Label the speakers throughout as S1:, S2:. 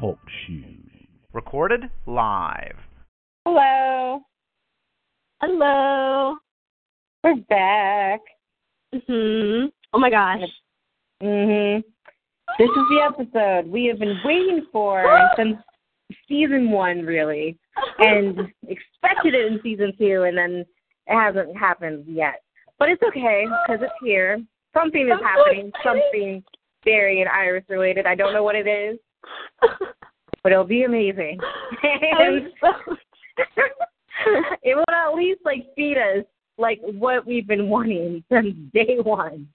S1: Talk shoes. Recorded live.
S2: Hello.
S3: Hello.
S2: We're back. Mm-hmm.
S3: Mhm. Oh my gosh.
S2: Mhm. This is the episode we have been waiting for since season 1 really and expected it in season 2 and then it hasn't happened yet. But it's okay cuz it's here. Something is
S3: I'm so
S2: happening,
S3: excited.
S2: something Barry and Iris related. I don't know what it is, but it'll be amazing. And
S3: I'm so-
S2: it will at least like feed us like what we've been wanting since day one.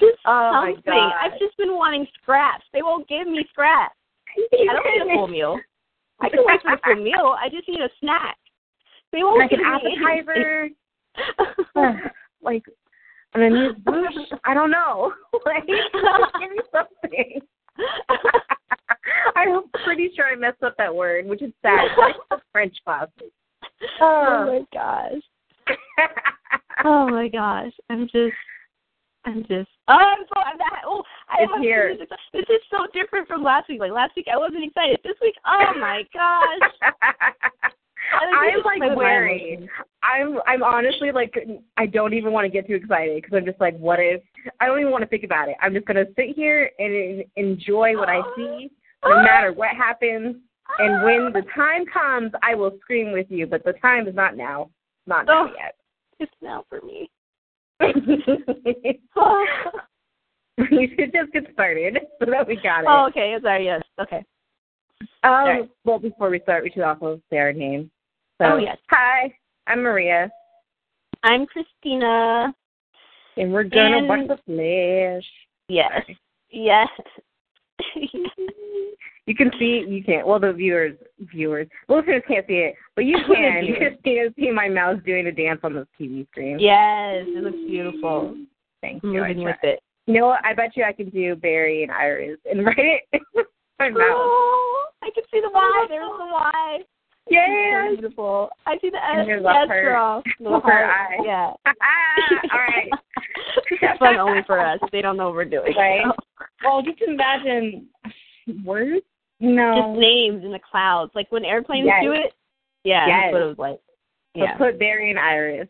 S3: just
S2: Oh my
S3: something.
S2: God.
S3: I've just been wanting scraps. They won't give me scraps. I don't need a full meal. I can wait for a full meal. I just need a snack. They won't
S2: like
S3: give
S2: an
S3: me
S2: appetizer,
S3: anything.
S2: like an amuse bouche. I don't know. Like, give me something. I'm pretty sure I messed up that word, which is sad. It's French class.
S3: oh my gosh. Oh my gosh. I'm just I'm just oh, I'm so I'm that oh I
S2: It's
S3: am
S2: here.
S3: so- This is so different from last week. Like last week I wasn't excited. This week, oh my gosh. I
S2: I'm
S3: think this is
S2: like
S3: my
S2: wary.
S3: emotions.
S2: I'm I'm honestly like I don't even want to get too excited because I'm just like, what if? I don't even want to think about it. I'm just gonna sit here and en- enjoy what I see, no matter what happens. And when the time comes, I will scream with you. But the time is not now. Not now
S3: Oh.
S2: yet.
S3: It's now for me.
S2: we
S3: Oh,
S2: should just get started so that we got it.
S3: Oh, okay. Sorry. Yes. Okay.
S2: Um,
S3: Alright.
S2: Well, before we start, we should also say our name. So,
S3: Oh, yes.
S2: Hi, I'm Maria,
S3: I'm Christina.
S2: and we're gonna
S3: And-
S2: watch the flash.
S3: Yes. Yes.
S2: You can see, you can't. Well, the viewers, viewers, listeners can't see it, but you
S3: The
S2: can. You
S3: viewers.
S2: can see, see my mouse doing a dance on the TV screen.
S3: yes. It looks beautiful.
S2: Thank
S3: I'm
S2: you. I
S3: moving with
S2: tried.
S3: it.
S2: You know what? I bet you I can do Barry and Iris and write it. my mouse.
S3: Oh, I can see the Y. There's the Y.
S2: Yeah.
S3: It's so beautiful. I see the S.
S2: And there's a
S3: yes,
S2: heart.
S3: girl. Little
S2: Her
S3: heart.
S2: eye. Ah,
S3: Yeah.
S2: All right.
S3: it's fun only for us. They don't know what we're doing.
S2: Right.
S3: so.
S2: Well, just imagine words.
S3: Just
S2: No.
S3: names in the clouds, like when airplanes
S2: Yes.
S3: do it. Yeah,
S2: Yes.
S3: that's what it was like. Yeah.
S2: But put Barry and Iris.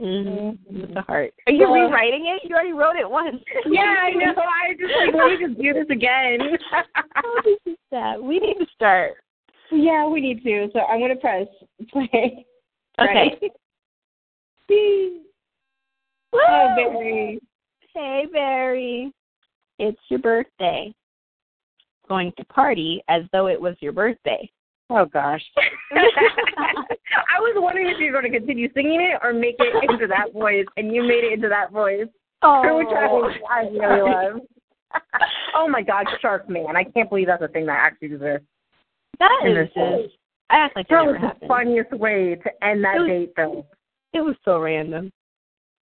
S3: Mm-hmm. With the heart. Are you
S2: Well-
S3: rewriting it? You already wrote it once.
S2: Yeah, I know. I just like let me just do this again.
S3: How this is sad. We need to start.
S2: yeah, we need to. So I'm gonna press play.
S3: Okay.
S2: Right?
S3: Woo!
S2: oh, Barry.
S3: Hey, Barry. It's your birthday. Going to party as though it was your birthday.
S2: Oh gosh. I was wondering if you were going to continue singing it or make it into that voice, and you made it into that voice,
S3: Oh.
S2: which I, I really love. oh my God, Shark Man! I can't believe that's a thing that actually exists.
S3: that is
S2: Goodness.
S3: just. I act like it
S2: That
S3: never
S2: was the
S3: happened.
S2: funniest way to end that
S3: It was-
S2: date, though.
S3: It was so random.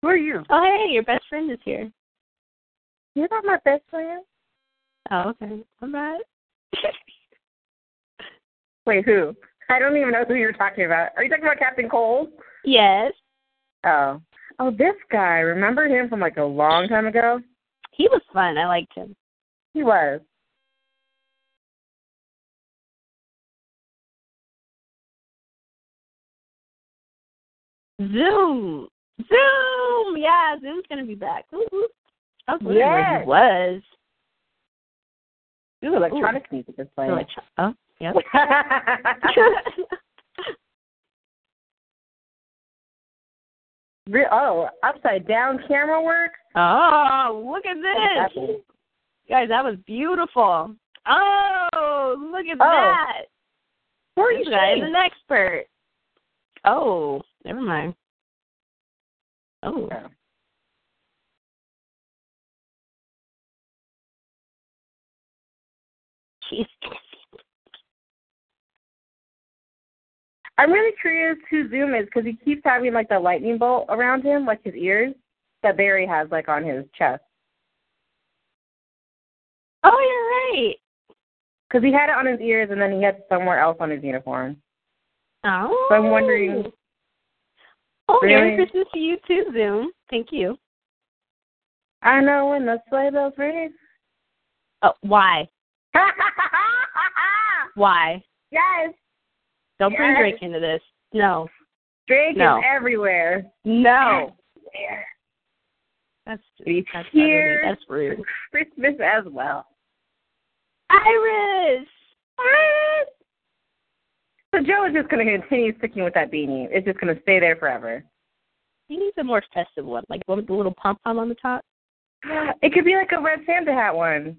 S2: Who are you?
S3: Oh, hey, your best friend is here.
S2: You're not my best friend.
S3: Oh, okay. All right.
S2: Wait, who? I don't even know who you're talking about. Are you talking about Captain Cold?
S3: yes.
S2: Oh. Oh, this guy. Remember him from like a long time ago?
S3: He was fun. I liked him.
S2: He was.
S3: Zoom. Zoom. Yeah, Zoom's going to be back. Woo woo. I was wondering where
S2: Yes.
S3: he was.
S2: Ooh, electronic music is playing.
S3: Like, oh, yep.
S2: Re- oh, upside down camera work?
S3: oh, look at this.
S2: Exactly.
S3: Guys, that was beautiful. Oh, look at
S2: Oh,
S3: that.
S2: Who are you
S3: This guy is
S2: shooting?
S3: an expert. Oh, never mind. Oh.
S2: Oh.
S3: She's
S2: I'm really curious who Zoom is because he keeps having like the lightning bolt around him, like his ears that Barry has like on his chest.
S3: Oh, you're right.
S2: Because he had it on his ears and then he had it somewhere else on his uniform.
S3: Oh.
S2: So I'm wondering.
S3: Oh,
S2: Really?
S3: Merry Christmas to you too, Zoom. Thank you.
S2: I know when the sleigh bells ring.
S3: Oh, why? Why?
S2: yes,
S3: Don't bring
S2: Yes.
S3: Drake into this. No.
S2: Drake
S3: No.
S2: is everywhere.
S3: No.
S2: Everywhere.
S3: That's
S2: He's
S3: that's not
S2: here.
S3: rude. That's rude.
S2: Christmas as well.
S3: Iris.
S2: So Joe is just going to continue sticking with that beanie. It's just going to stay there forever.
S3: You need a more festive one, like one with the little pom pom on the top.
S2: It could be like a red Santa hat one.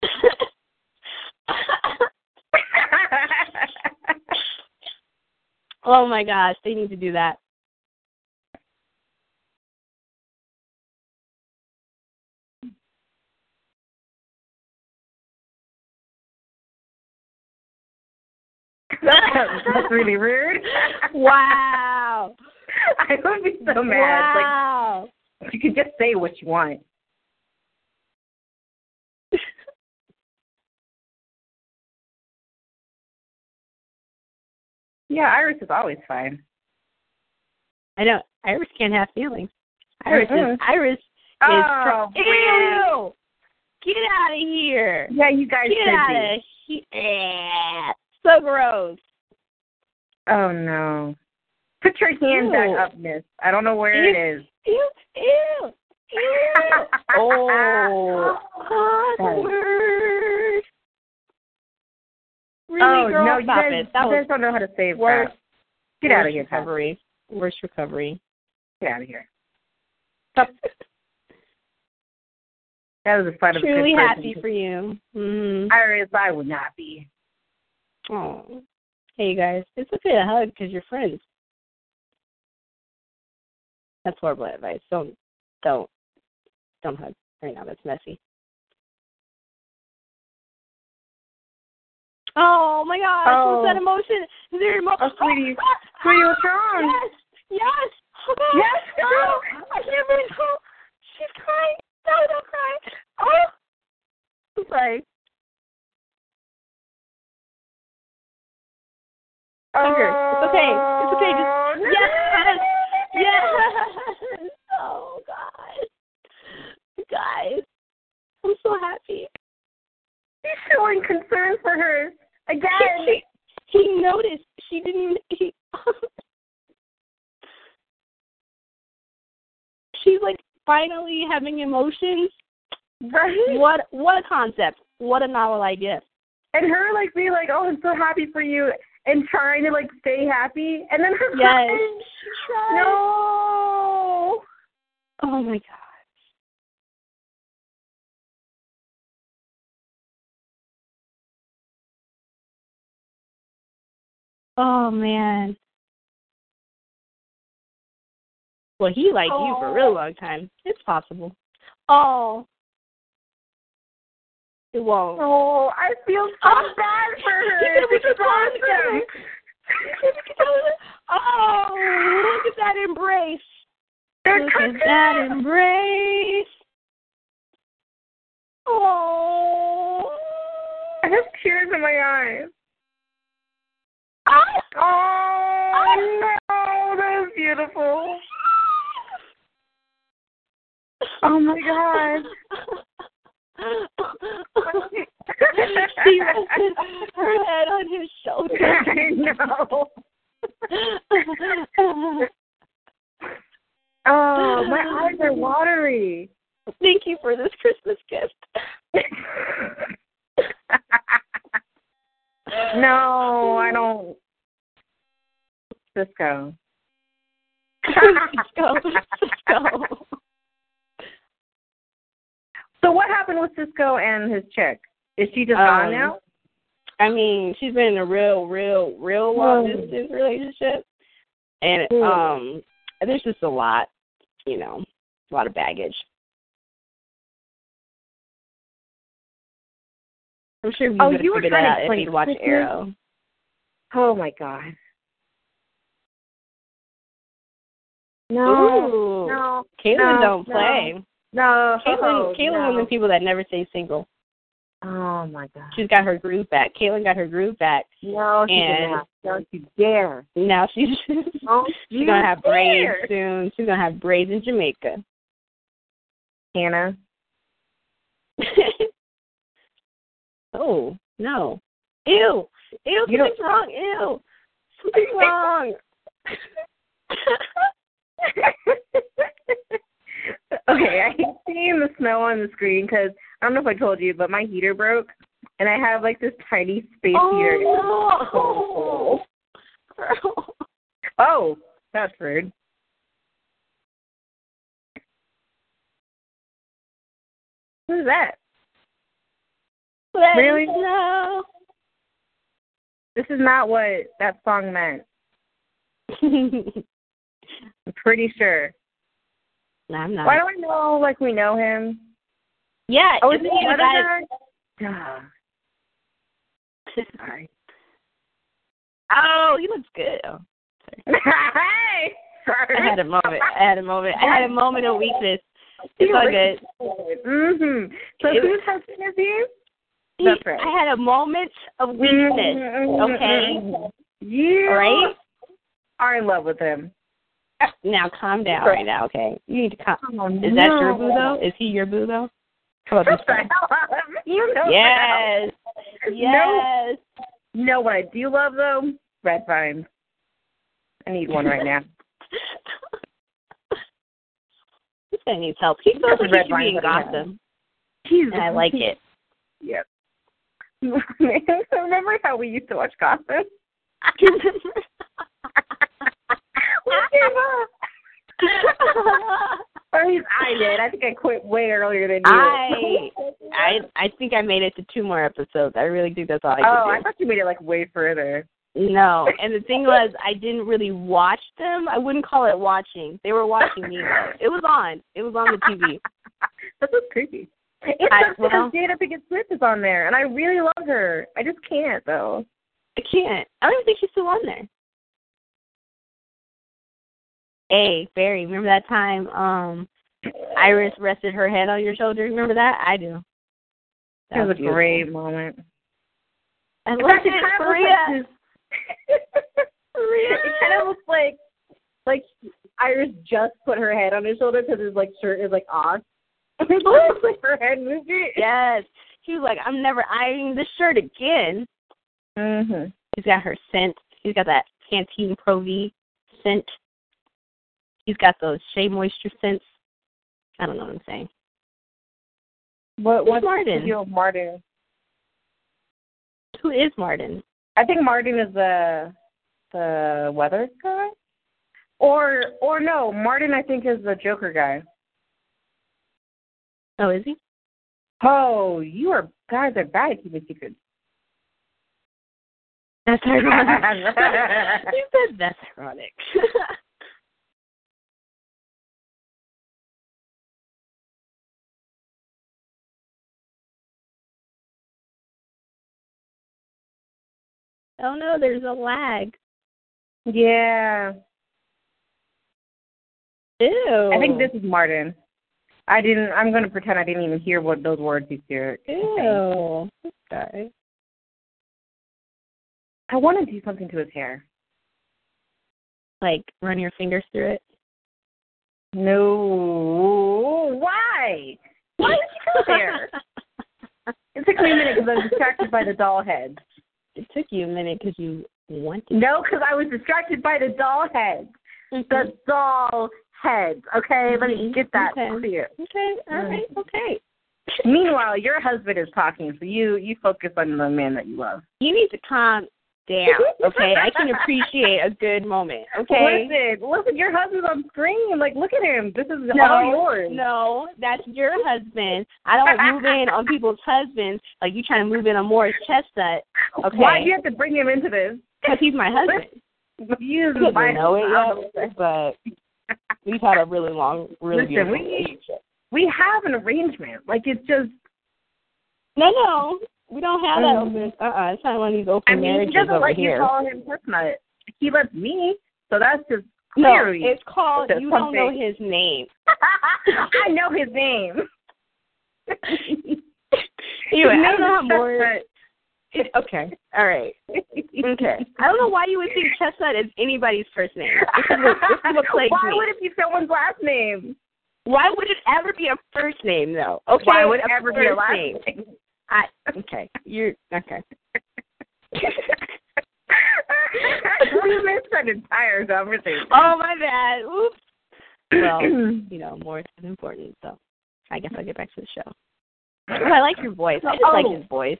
S3: oh my gosh, they need to do that.
S2: That's really rude.
S3: Wow.
S2: I would be so mad.
S3: Wow.
S2: Like you could just say what you want. yeah, Iris is always fine.
S3: I know Iris can't have feelings. Iris
S2: Mhm.
S3: is Iris is
S2: Oh,
S3: pro-
S2: really?
S3: Uh-huh. Ew! Get out of here.
S2: Yeah, you guys
S3: Get
S2: should
S3: out
S2: be.
S3: of here. So gross.
S2: Oh no. Put your hand
S3: Ew.
S2: back up, miss. I don't know where it is.
S3: Ew, ew, ew. oh, awkward. Really,
S2: oh
S3: girl,
S2: no, you
S3: stop
S2: guys,
S3: it. That
S2: you
S3: was
S2: guys don't know how to save
S3: worst.
S2: crap. Get out of
S3: worst
S2: here, Pat.
S3: recovery. Worst recovery.
S2: Get out of here. That was a fun of a good
S3: Truly
S2: person.
S3: happy for you. Mm.
S2: Iris, I would not be.
S3: Aw. Oh. Hey, you guys. It's okay to hug because you're friends. That's horrible advice. Don't, don't, don't hug right now. That's messy. Oh my gosh!
S2: Oh.
S3: What's that emotion? Is there emotion?
S2: Oh, sweetie. Sweetie, what's wrong?
S3: Yes, yes. Oh, God.
S2: Yes, girl.
S3: No, I can't believe oh, she's crying. No, don't cry. Oh, I'm sorry. Hug her. It's okay. It's okay. Just
S2: Oh, no.
S3: Yes! Yes! Oh, God. Guys, I'm so happy.
S2: He's showing concern for her again.
S3: He, he, he noticed. She didn't. He, she's like finally having emotions.
S2: right?
S3: What what a concept. What a novel idea.
S2: And her like being like, "Oh, I'm so happy for you," and trying to like stay happy, and then her
S3: Yes.
S2: crying. No.
S3: Oh, my God. Oh man. Well, he liked you for a real long time. Oh. It's possible. Oh. It won't.
S2: Oh, I feel so
S3: Oh.
S2: bad for her.
S3: You're gonna be
S2: This is
S3: so close together.
S2: awesome.
S3: Oh, look at that embrace.
S2: They're
S3: Look at
S2: cooking.
S3: that embrace. Oh.
S2: I have tears in my eyes.
S3: Ah.
S2: Oh, no, that is beautiful. Oh my god.
S3: she rested her head on his shoulder.
S2: I know. Oh, my eyes are watery.
S3: Thank you for this Christmas gift.
S2: no, I don't. Cisco.
S3: Cisco, Cisco.
S2: So what happened with Cisco and his chick? Is she just gone
S3: Um,
S2: now?
S3: I mean, she's been in a real, real, real long
S2: Whoa.
S3: distance relationship, and
S2: Whoa.
S3: um, there's just a lot, you know, a lot of baggage. I'm sure you
S2: Oh,
S3: would
S2: you
S3: have
S2: were
S3: figured
S2: trying
S3: that
S2: to
S3: out if
S2: play
S3: you'd watched
S2: Christmas?
S3: Arrow.
S2: Oh my god. No.
S3: Ooh.
S2: No. no,
S3: Caitlin don't
S2: no.
S3: play.
S2: No.
S3: Caitlin,
S2: oh,
S3: Caitlin, one of
S2: no.
S3: the people that never stays single.
S2: Oh my god.
S3: She's got her groove back. Caitlin got her groove back.
S2: No, she did
S3: And-
S2: not. Don't you dare.
S3: Now she's
S2: Don't
S3: she's
S2: Oh, you
S3: gonna have braids
S2: dare.
S3: soon. She's gonna have braids in Jamaica.
S2: Hannah.
S3: oh no! Ew! Ew!
S2: You
S3: Something's wrong. Ew! Something's wrong.
S2: okay, I keep seeing the snow on the screen because I don't know if I told you, but my heater broke, and I have like this tiny space heater.
S3: oh no! Girl.
S2: Oh, that's rude. Who's that?
S3: Let
S2: Really?
S3: it snow.
S2: This is not what that song meant. I'm pretty sure.
S3: no, I'm not.
S2: Why do I know like we know him?
S3: yeah,
S2: Oh, is
S3: isn't
S2: it
S3: he the guy-
S2: Weatherhead? Duh. Sorry.
S3: Oh, he looks good. Oh,
S2: hey!
S3: I had a moment. I had a moment. I had a moment of weakness. It's all good.
S2: Mm-hmm. So
S3: It-
S2: whose husband is he? That's right.
S3: I had a moment of
S2: Mm-hmm.
S3: weakness. okay?
S2: You
S3: Right?
S2: are in love with him.
S3: Now calm down
S2: Right.
S3: right now, okay? You need to calm.
S2: Oh,
S3: Is that your boo though? Is he your boo though? How about this one?
S2: You
S3: Oh,
S2: know that.
S3: Yes. Yes.
S2: No, no, what I do love though, red vines. I need one right now.
S3: this guy needs help. He feels
S2: That's a
S3: like he
S2: red
S3: should be
S2: line,
S3: in
S2: but yeah.
S3: Gotham,
S2: Jesus,
S3: and I like it.
S2: Yes. Remember how we used to watch Gossip? we gave up. Or at least I did. I think I quit way earlier than you. Oh,
S3: I I I think I made it to two more episodes. I really think that's all I could
S2: oh,
S3: do.
S2: I thought you made it like way further.
S3: No, and the thing was, I didn't really watch them. I wouldn't call it watching. They were watching me. though. It was on. It was on the TV.
S2: That's so creepy. It
S3: I-
S2: sucks because
S3: well-
S2: Jada Pinkett Smith is on there, and I really love her. I just can't though.
S3: I can't. I don't even think she's still on there. Hey, Barry, remember that time um Iris rested her head on your shoulder? Remember that? I do.
S2: It was a
S3: beautiful.
S2: great moment.
S3: I
S2: It
S3: love
S2: actually
S3: it,
S2: kind of looks like
S3: Maria.
S2: she's- It kind of looks like like Iris just put her head on his shoulder because his like shirt is like off. It's almost like her head moved it.
S3: Yes. She was like, I'm never ironing this shirt again.
S2: Mm-hmm.
S3: He's got her scent. He's got that Pantene Pro V scent. He's got those Shea Moisture scents. I don't know what I'm saying.
S2: What
S3: Who's
S2: what's
S3: Martin?
S2: the deal with Martin?
S3: Who is Martin?
S2: I think Martin is the the weather guy. Or or no, Martin I think is the Joker guy.
S3: Oh, is he?
S2: Oh, you are guys are bad at keeping secrets.
S3: That's ironic. you said that's ironic. oh no, there's a lag.
S2: Yeah.
S3: Ew.
S2: I think this is Martin. I didn't I'm gonna pretend I didn't even hear what those words you hear.
S3: Ew. Okay.
S2: I wanna do something to his hair.
S3: Like run your fingers through it.
S2: No why? Why would you go there? It took me a minute because I was distracted by the doll head.
S3: It took you a minute because you wanted.
S2: No, because I was distracted by the doll head. the doll heads. Okay, let me
S3: Mhm.
S2: get that
S3: Okay.
S2: clear.
S3: Okay. All right. Okay.
S2: Meanwhile, your husband is talking, so you you focus on the man that you love.
S3: You need to calm down. Okay. I can appreciate a good moment. Okay.
S2: Listen, listen, your husband's on screen. Like, look at him. This is
S3: No,
S2: all yours.
S3: No, that's your husband. I don't move in on people's husbands like you trying to move in on Morris Chestnut Okay.
S2: Why do you have to bring him into this?
S3: because he's my husband.
S2: You
S3: He doesn't know
S2: my-
S3: it yet, but we've had a really long, really
S2: Listen,
S3: beautiful
S2: we-
S3: relationship.
S2: We have an arrangement. Like, it's just
S3: No, no, We don't have that open. Uh uh-uh, uh. It's not one of these open
S2: Um, I mean, he
S3: marriages
S2: doesn't
S3: over
S2: let
S3: here.
S2: you call him Chestnut. He lets me, so that's just
S3: no,
S2: clearly.
S3: it's called.
S2: That's
S3: You don't know
S2: something.
S3: his name.
S2: I know his name.
S3: Anyway,
S2: His
S3: I don't
S2: name
S3: know how
S2: is
S3: more.
S2: Chestnut.
S3: it- okay, all right. Okay. I don't know why you would think Chestnut is anybody's first name. This is what, this is what plagues
S2: Why
S3: me.
S2: would it be someone's last name?
S3: why would it ever be a first name though? Okay,
S2: Why would it
S3: a
S2: ever be
S3: first
S2: a last
S3: name?
S2: name?
S3: I, okay, you're okay.
S2: we missed an entire conversation.
S3: Oh my bad. Oops. Well, you know, more is important, so I guess I'll get back to the show. But I like your voice. I just
S2: Oh.
S3: like his voice.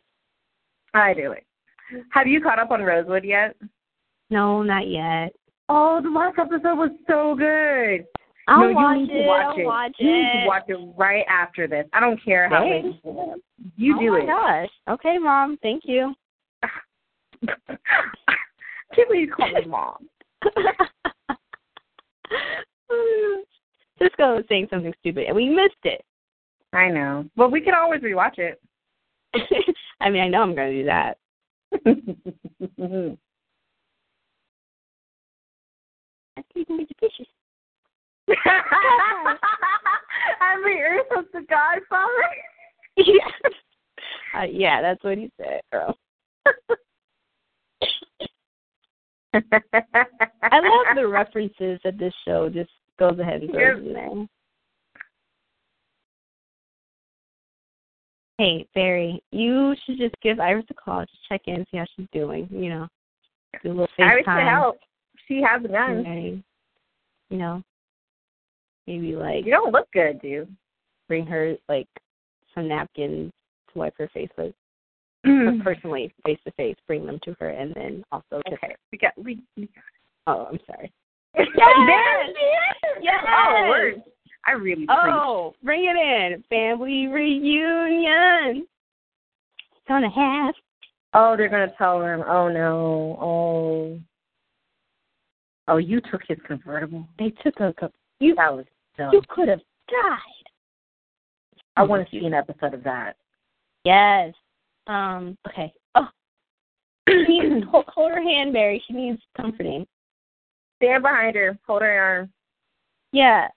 S2: I do it. Have you caught up on Rosewood yet?
S3: No, not yet.
S2: Oh, the last episode was so good.
S3: I'll
S2: no, you
S3: watch,
S2: need
S3: it.
S2: to watch
S3: I'll
S2: it.
S3: watch
S2: You need
S3: it.
S2: to watch it right after this. I don't care how late.
S3: Thanks.
S2: You do
S3: oh
S2: it.
S3: my gosh. Okay, mom. Thank you.
S2: Can't believe you call me mom.
S3: Cisco was saying something stupid, and we missed it.
S2: I know. Well, we can always rewatch it.
S3: I mean, I know I'm going to do that. You can be the fishes.
S2: I mean, you're such a godfather.
S3: yeah. Uh, yeah, that's what he said, girl. I love the references that this show just goes ahead and throws in there. Hey, Barry, you should just give Iris a call, just check in, see how she's doing, you know. Do a little
S2: I wish to
S3: FaceTime.
S2: help. She has a gun.
S3: Right. You know, maybe like
S2: You don't look good, dude.
S3: bring her like some napkins to wipe her face with. Or personally, face to face, bring them to her, and then also kiss
S2: Okay, we got we. we got
S3: her. Oh, I'm sorry.
S2: it. There she is.
S3: Yes!
S2: Oh, word. I really.
S3: Oh, bring it in, family reunion. Gonna have.
S2: preach. Oh, they're gonna tell him. Oh no. Oh. Oh, you took his convertible.
S3: They took a cup. You
S2: That was dumb.
S3: you could have died.
S2: I want to see an episode of that.
S3: Yes. Um. Okay. Oh. She needs, hold, hold her hand, Barry. She needs comforting.
S2: Stand behind her. Hold her arm.
S3: Yeah.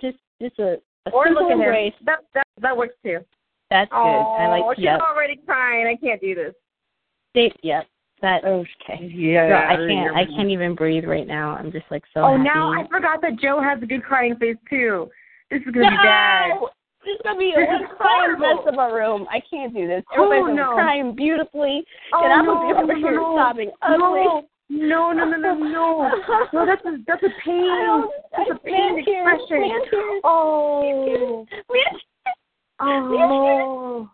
S3: Just just a, a
S2: Or
S3: simple
S2: look at him.
S3: embrace.
S2: That that that works too.
S3: That's
S2: Oh,
S3: good. I like
S2: she's
S3: yep.
S2: already crying. I can't do this.
S3: They, yep. That okay.
S2: Yeah.
S3: Girl, I can't I can't even breathe right now. I'm just like so
S2: Oh,
S3: happy.
S2: now I forgot that Joe has a good crying face too. This is gonna be bad.
S3: no! This is gonna be
S2: This is
S3: a one crying
S2: horrible.
S3: mess of a room. I can't do this.
S2: Oh,
S3: Everybody's
S2: no.
S3: crying beautifully,
S2: Oh,
S3: and I'm
S2: no,
S3: gonna be over
S2: no,
S3: here
S2: no,
S3: sobbing ugly.
S2: No, no, no, no, no, no. No, that's a that's a
S3: I
S2: pain.
S3: don't-
S2: That's
S3: I
S2: a pain
S3: can't hear.
S2: expression.
S3: Can't hear.
S2: Oh,
S3: Can't hear.
S2: oh,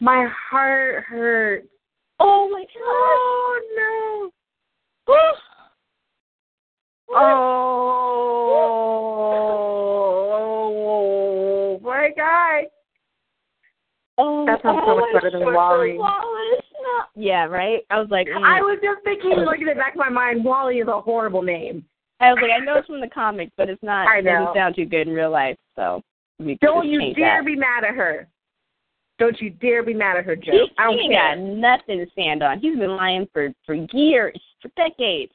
S2: my heart hurts.
S3: Oh my god.
S2: Oh no.
S3: Oh.
S2: Oh, my God.
S3: Oh,
S2: That sounds so much
S3: oh,
S2: better than
S3: sure,
S2: Wally.
S3: Wally is not- Yeah, right. I was like, mm.
S2: I was just thinking, like in the back of my mind, Wally is a horrible name.
S3: I was like, I know it's from the comic, but it's not.
S2: I
S3: It doesn't
S2: know.
S3: sound too good in real life, so we could
S2: Don't
S3: just
S2: you
S3: change
S2: dare
S3: that.
S2: be mad at her. Don't you dare be mad at her, Joe.
S3: He,
S2: I don't
S3: he ain't
S2: care.
S3: got nothing to stand on. He's been lying for for years, for decades.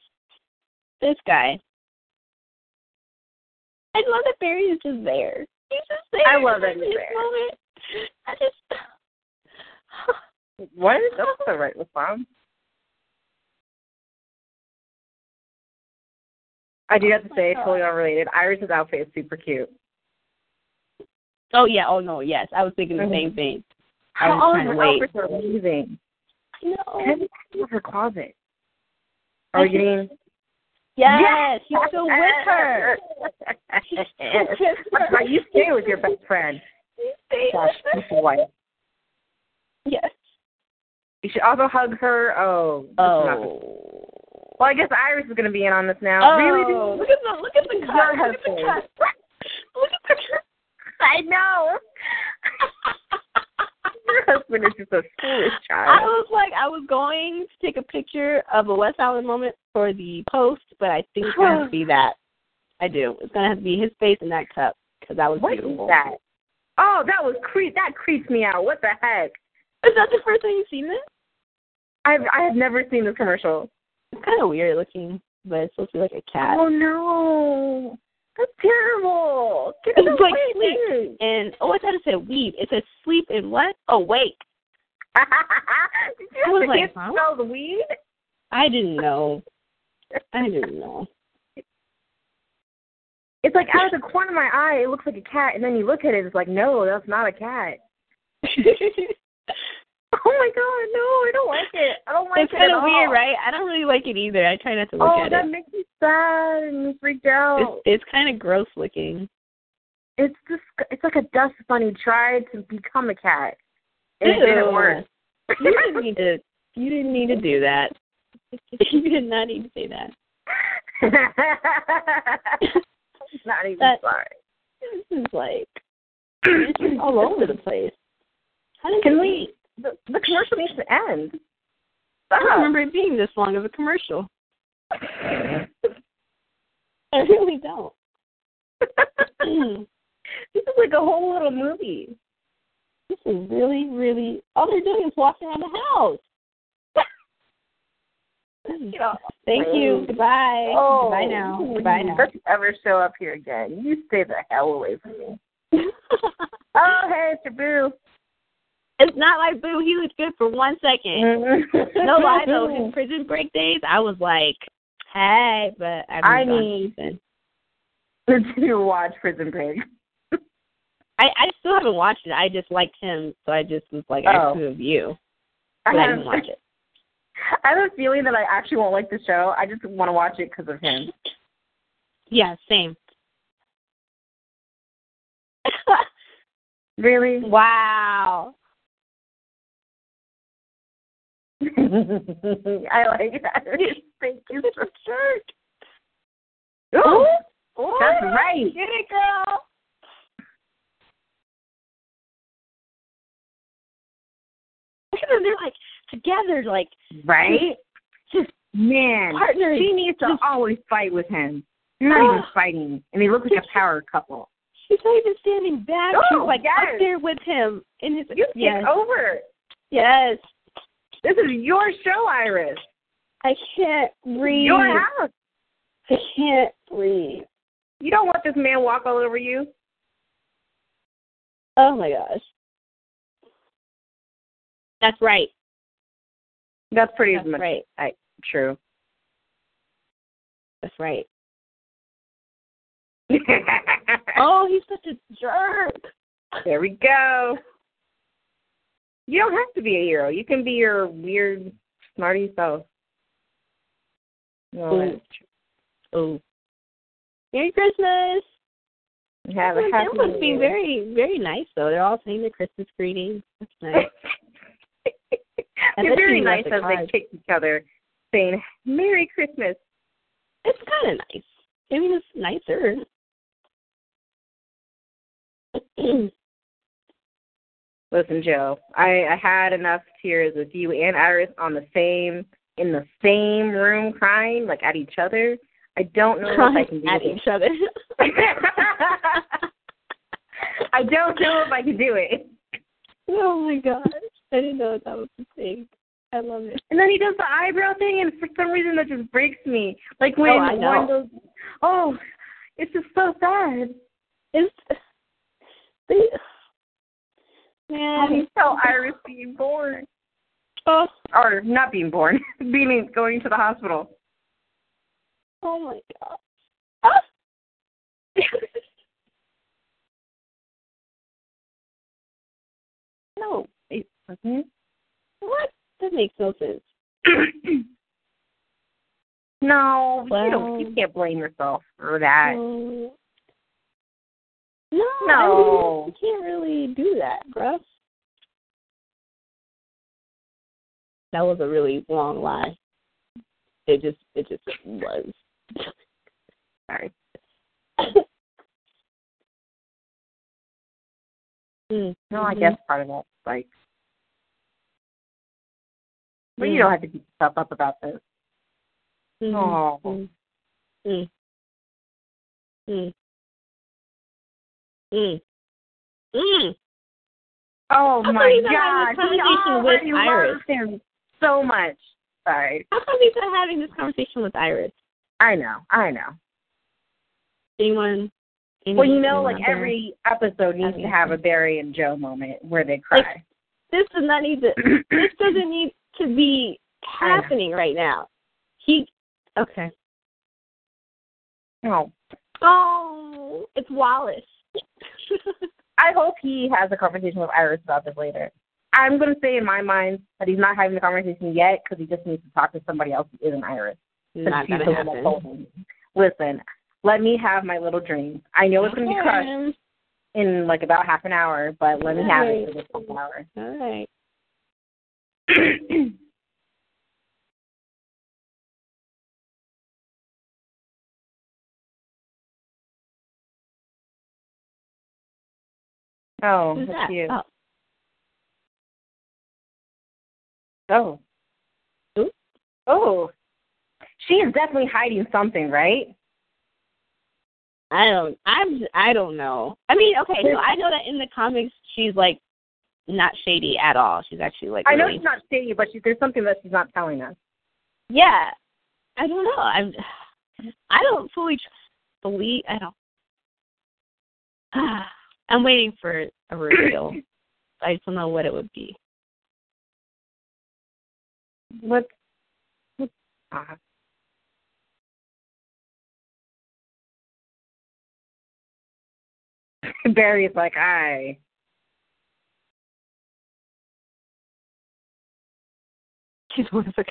S3: This guy. I love that Barry is just there. He's just there.
S2: I love that
S3: in
S2: he's
S3: this
S2: there.
S3: moment. I just.
S2: What? That's the right response. I do have to say, totally unrelated. Iris's outfit is super cute.
S3: Oh yeah. Oh no. Yes, I was thinking the
S2: Mhm.
S3: same thing. I was
S2: All of
S3: trying to
S2: her
S3: wait.
S2: outfits are amazing.
S3: I know.
S2: Have you seen her closet? Are Oh, you getting?
S3: Yes, he's still with her. He's still with her.
S2: Are you stay with your best friend?
S3: He's staying
S2: Gosh,
S3: with
S2: she's
S3: her.
S2: a wife.
S3: Yes.
S2: You should also hug her. Oh. this is not the-
S3: Oh.
S2: Well, I guess Iris is going to be in on this now.
S3: Oh,
S2: Really? dude?
S3: Look at the look at the cut.
S2: Your
S3: Look at the
S2: husband.
S3: cut. Look at the cut.
S2: I know. Your husband is just a foolish
S3: I
S2: child.
S3: was like, I was going to take a picture of a West Island moment for the post, but I think it's gonna have to be that. I do. It's gonna have to be his face in that cup because that was
S2: What is
S3: beautiful.
S2: that? Oh, that was cre- that creeped me out. What the heck?
S3: Is that the first time you've seen this?
S2: I've I have never seen this commercial.
S3: It's kind of weird looking, but it's supposed to be like a cat.
S2: Oh no, that's terrible. Get
S3: It's
S2: it
S3: like
S2: away,
S3: sleep
S2: dude.
S3: and oh, I thought it said weave. It says sleep and what? Oh, Awake.
S2: Did
S3: I
S2: you have
S3: was
S2: to
S3: like,
S2: get
S3: huh?
S2: spelled weed?
S3: I didn't know. I didn't know.
S2: It's like out of the corner of my eye, it looks like a cat, and then you look at it, it's like, no, that's not a cat. Oh my god, no, I don't like it. I don't like
S3: it's
S2: it.
S3: kind
S2: at
S3: of weird,
S2: all.
S3: right? I don't really like it either. I try not to look
S2: Oh,
S3: at
S2: that
S3: it.
S2: makes me sad and freaked
S3: It's,
S2: out.
S3: it's kind of gross looking.
S2: It's just, it's like a dust bunny tried to become a cat, and it didn't
S3: Ew.
S2: work.
S3: You didn't need to. You didn't need to do that. You did not need to say that.
S2: Not even
S3: That-
S2: sorry.
S3: This is like it's just all over the place. How did
S2: Can
S3: it
S2: we? The, the commercial needs to end.
S3: I don't
S2: Stop.
S3: remember it being this long of a commercial. I really don't. this
S2: this is like a whole little movie.
S3: is really, really all they're doing is walking around the house.
S2: Get off.
S3: Thank you. Goodbye.
S2: Oh,
S3: Goodbye now.
S2: please,
S3: Goodbye now.
S2: Don't you ever show up here again. You stay the hell away from me. Oh, hey, it's your boo.
S3: it's not like Boo. He looked good for one second. No lie though, his prison break days, I was like, hey, but I,
S2: I
S3: moved on.
S2: need to watch Prison Break.
S3: I, I still haven't watched it. I just liked him, so I just was like, I
S2: Oh.
S3: approve you,
S2: I
S3: but I,
S2: have,
S3: didn't watch it.
S2: I have a feeling that I actually won't like the show. I just want to watch it because of him.
S3: Yeah, same.
S2: Really?
S3: wow.
S2: I like that. Thank you so much. Ooh,
S3: Ooh,
S2: that's right.
S3: Get it, girl. Look at them. They're like together, like
S2: Right? Just man,
S3: Partners.
S2: she needs to
S3: Just-
S2: always fight with him. They're not even
S3: Ugh.
S2: fighting, and they look like a power couple.
S3: she's not even standing back. she's
S2: Oh,
S3: like
S2: yes.
S3: up there with him in his
S2: You oh,
S3: yes,
S2: take over.
S3: yes.
S2: This is your show, Iris.
S3: I can't breathe.
S2: Your house.
S3: I can't breathe.
S2: You don't want this man walk all over you.
S3: Oh my gosh. That's right.
S2: That's pretty
S3: That's
S2: much
S3: right.
S2: true.
S3: That's right.
S2: oh,
S3: Oh, he's such a jerk.
S2: there we go. You don't have to be a hero. You can be your weird, snarty self. No,
S3: Ooh. Oh. Merry Christmas.
S2: that's- have a happy
S3: Everyone's
S2: New
S3: being
S2: Year.
S3: very, very nice though. They're all saying their Christmas greetings. That's nice. And
S2: They're
S3: this
S2: very
S3: is
S2: nice
S3: like a
S2: as they
S3: card.
S2: kick each other, saying "Merry Christmas."
S3: it's kind of nice. I mean, it's nicer.
S2: Listen, Joe, I, I had enough tears with you and Iris on the same in the same room, crying like at each other. I don't know if I can do
S3: at
S2: it.
S3: each other.
S2: I don't know if I can do it.
S3: oh my gosh. I didn't know that was a thing. I love it.
S2: And then he does the eyebrow thing, and for some reason that just breaks me. Like when
S3: Oh, I know.
S2: one goes, "Oh, it's just so sad."
S3: It's they,
S2: How do
S3: man.
S2: you tell Iris being born?
S3: Oh,
S2: or not being born, being going to the hospital.
S3: oh my god. Ah. no,
S2: Wait, wasn't
S3: what? That makes no sense.
S2: it? no, you
S3: Well-
S2: don't. You can't blame yourself for that.
S3: Um, no, I
S2: No.
S3: mean, you can't really do that, bruh. That was a really long lie. It just, it just was.
S2: Sorry.
S3: Mm,
S2: No, I
S3: mhm.
S2: guess part of that's like, but you
S3: Mm.
S2: don't have to beat yourself up about this.
S3: Mhm.
S2: Oh,
S3: Mm. Mm. Mm. Mm. Mm.
S2: Oh
S3: How come
S2: my
S3: you don't
S2: God!
S3: have this
S2: He
S3: conversation with
S2: already loves
S3: Iris?
S2: him so much. Sorry,
S3: How come he's not having this conversation with Iris?
S2: I know, I know.
S3: Anyone? anyone
S2: Well, you know,
S3: anyone
S2: like
S3: out there?
S2: every episode needs to have a Barry and Joe moment where they cry.
S3: this does not need to. this doesn't need to be happening right now. He. Okay.
S2: Oh,
S3: Oh, it's Wallace.
S2: I hope he has a conversation with Iris about this later. I'm gonna say in my mind that he's not having the conversation yet because he just needs to talk to somebody else who isn't Iris. since
S3: not
S2: she's
S3: gonna
S2: the one that
S3: happen.
S2: told him. Listen, let me have my little dream. I know it's gonna be crushed
S3: Um,
S2: in like about half an hour, but let me have it for this half hour.
S3: All right.
S2: Oh,
S3: Who's
S2: that's
S3: that?
S2: you.
S3: Oh.
S2: Oh.
S3: Ooh.
S2: Oh. She is definitely hiding something, right?
S3: I don't. I'm. I don't know. I mean, okay. So I know that in the comics, she's like not shady at all. She's actually like.
S2: I know
S3: really-
S2: she's not shady, but she, there's something that she's not telling us.
S3: Yeah. I don't know. I'm. I don't fully tr- believe. I don't. I'm waiting for a reveal. I just don't know what it would be.
S2: What? what- ah. Barry's like, I.
S3: She's one of a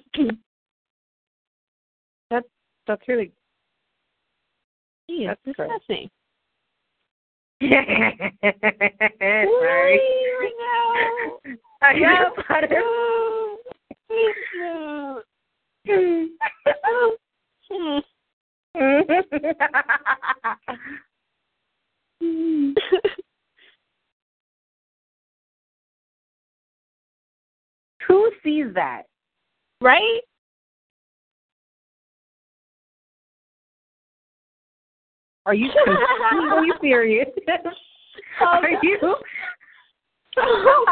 S3: kind.
S2: That's really.
S3: Gee, that's
S2: That's great.
S3: disgusting.
S2: Sorry.
S3: Really? No.
S2: I know, but
S3: No. Please, no. Hmm.
S2: Who sees that?
S3: right?
S2: Are you are you serious? Are you?
S3: oh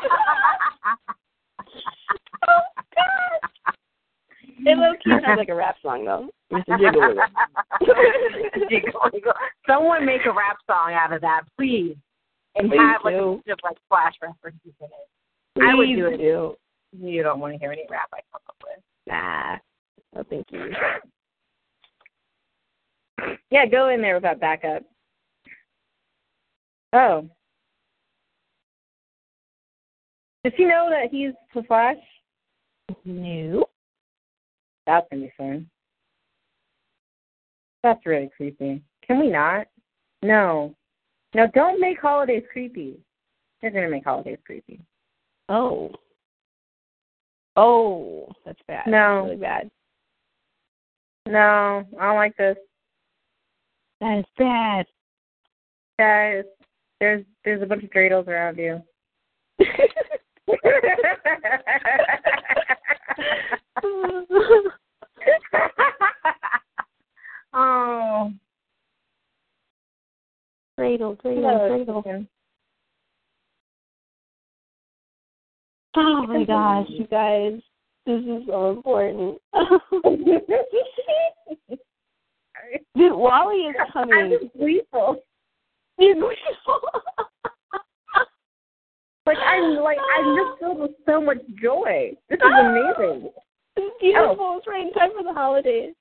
S3: god! It low key sounds like a rap song though. It's a jiggle wiggle.
S2: Jiggle wiggle. Someone make a rap song out of that, please, and
S3: Please
S2: have like a
S3: do.
S2: bunch of like flash references in it. I would
S3: Please
S2: do it. You don't want to hear any rap I come up with.
S3: Nah. No Ah. Oh, thank you.
S2: Yeah, go in there without backup. Oh, does he know that he's the Flash?
S3: No.
S2: That's gonna be fun. That's really creepy. Can we not? No. No, don't make holidays creepy. They're gonna make holidays creepy.
S3: Oh. Oh, that's bad.
S2: No.
S3: That's really bad.
S2: No, I don't like this.
S3: That is bad.
S2: Guys, there's there's a bunch of dreidels around you. oh.
S3: Cradle,
S2: hello,
S3: cradle,
S2: chicken.
S3: Oh my gosh, you guys. This is so important. Dude, Wally is
S2: I'm
S3: coming.
S2: just gleeful. Like I'm like I'm just filled with so much joy. This is amazing.
S3: It's beautiful. It's right in time for the holidays.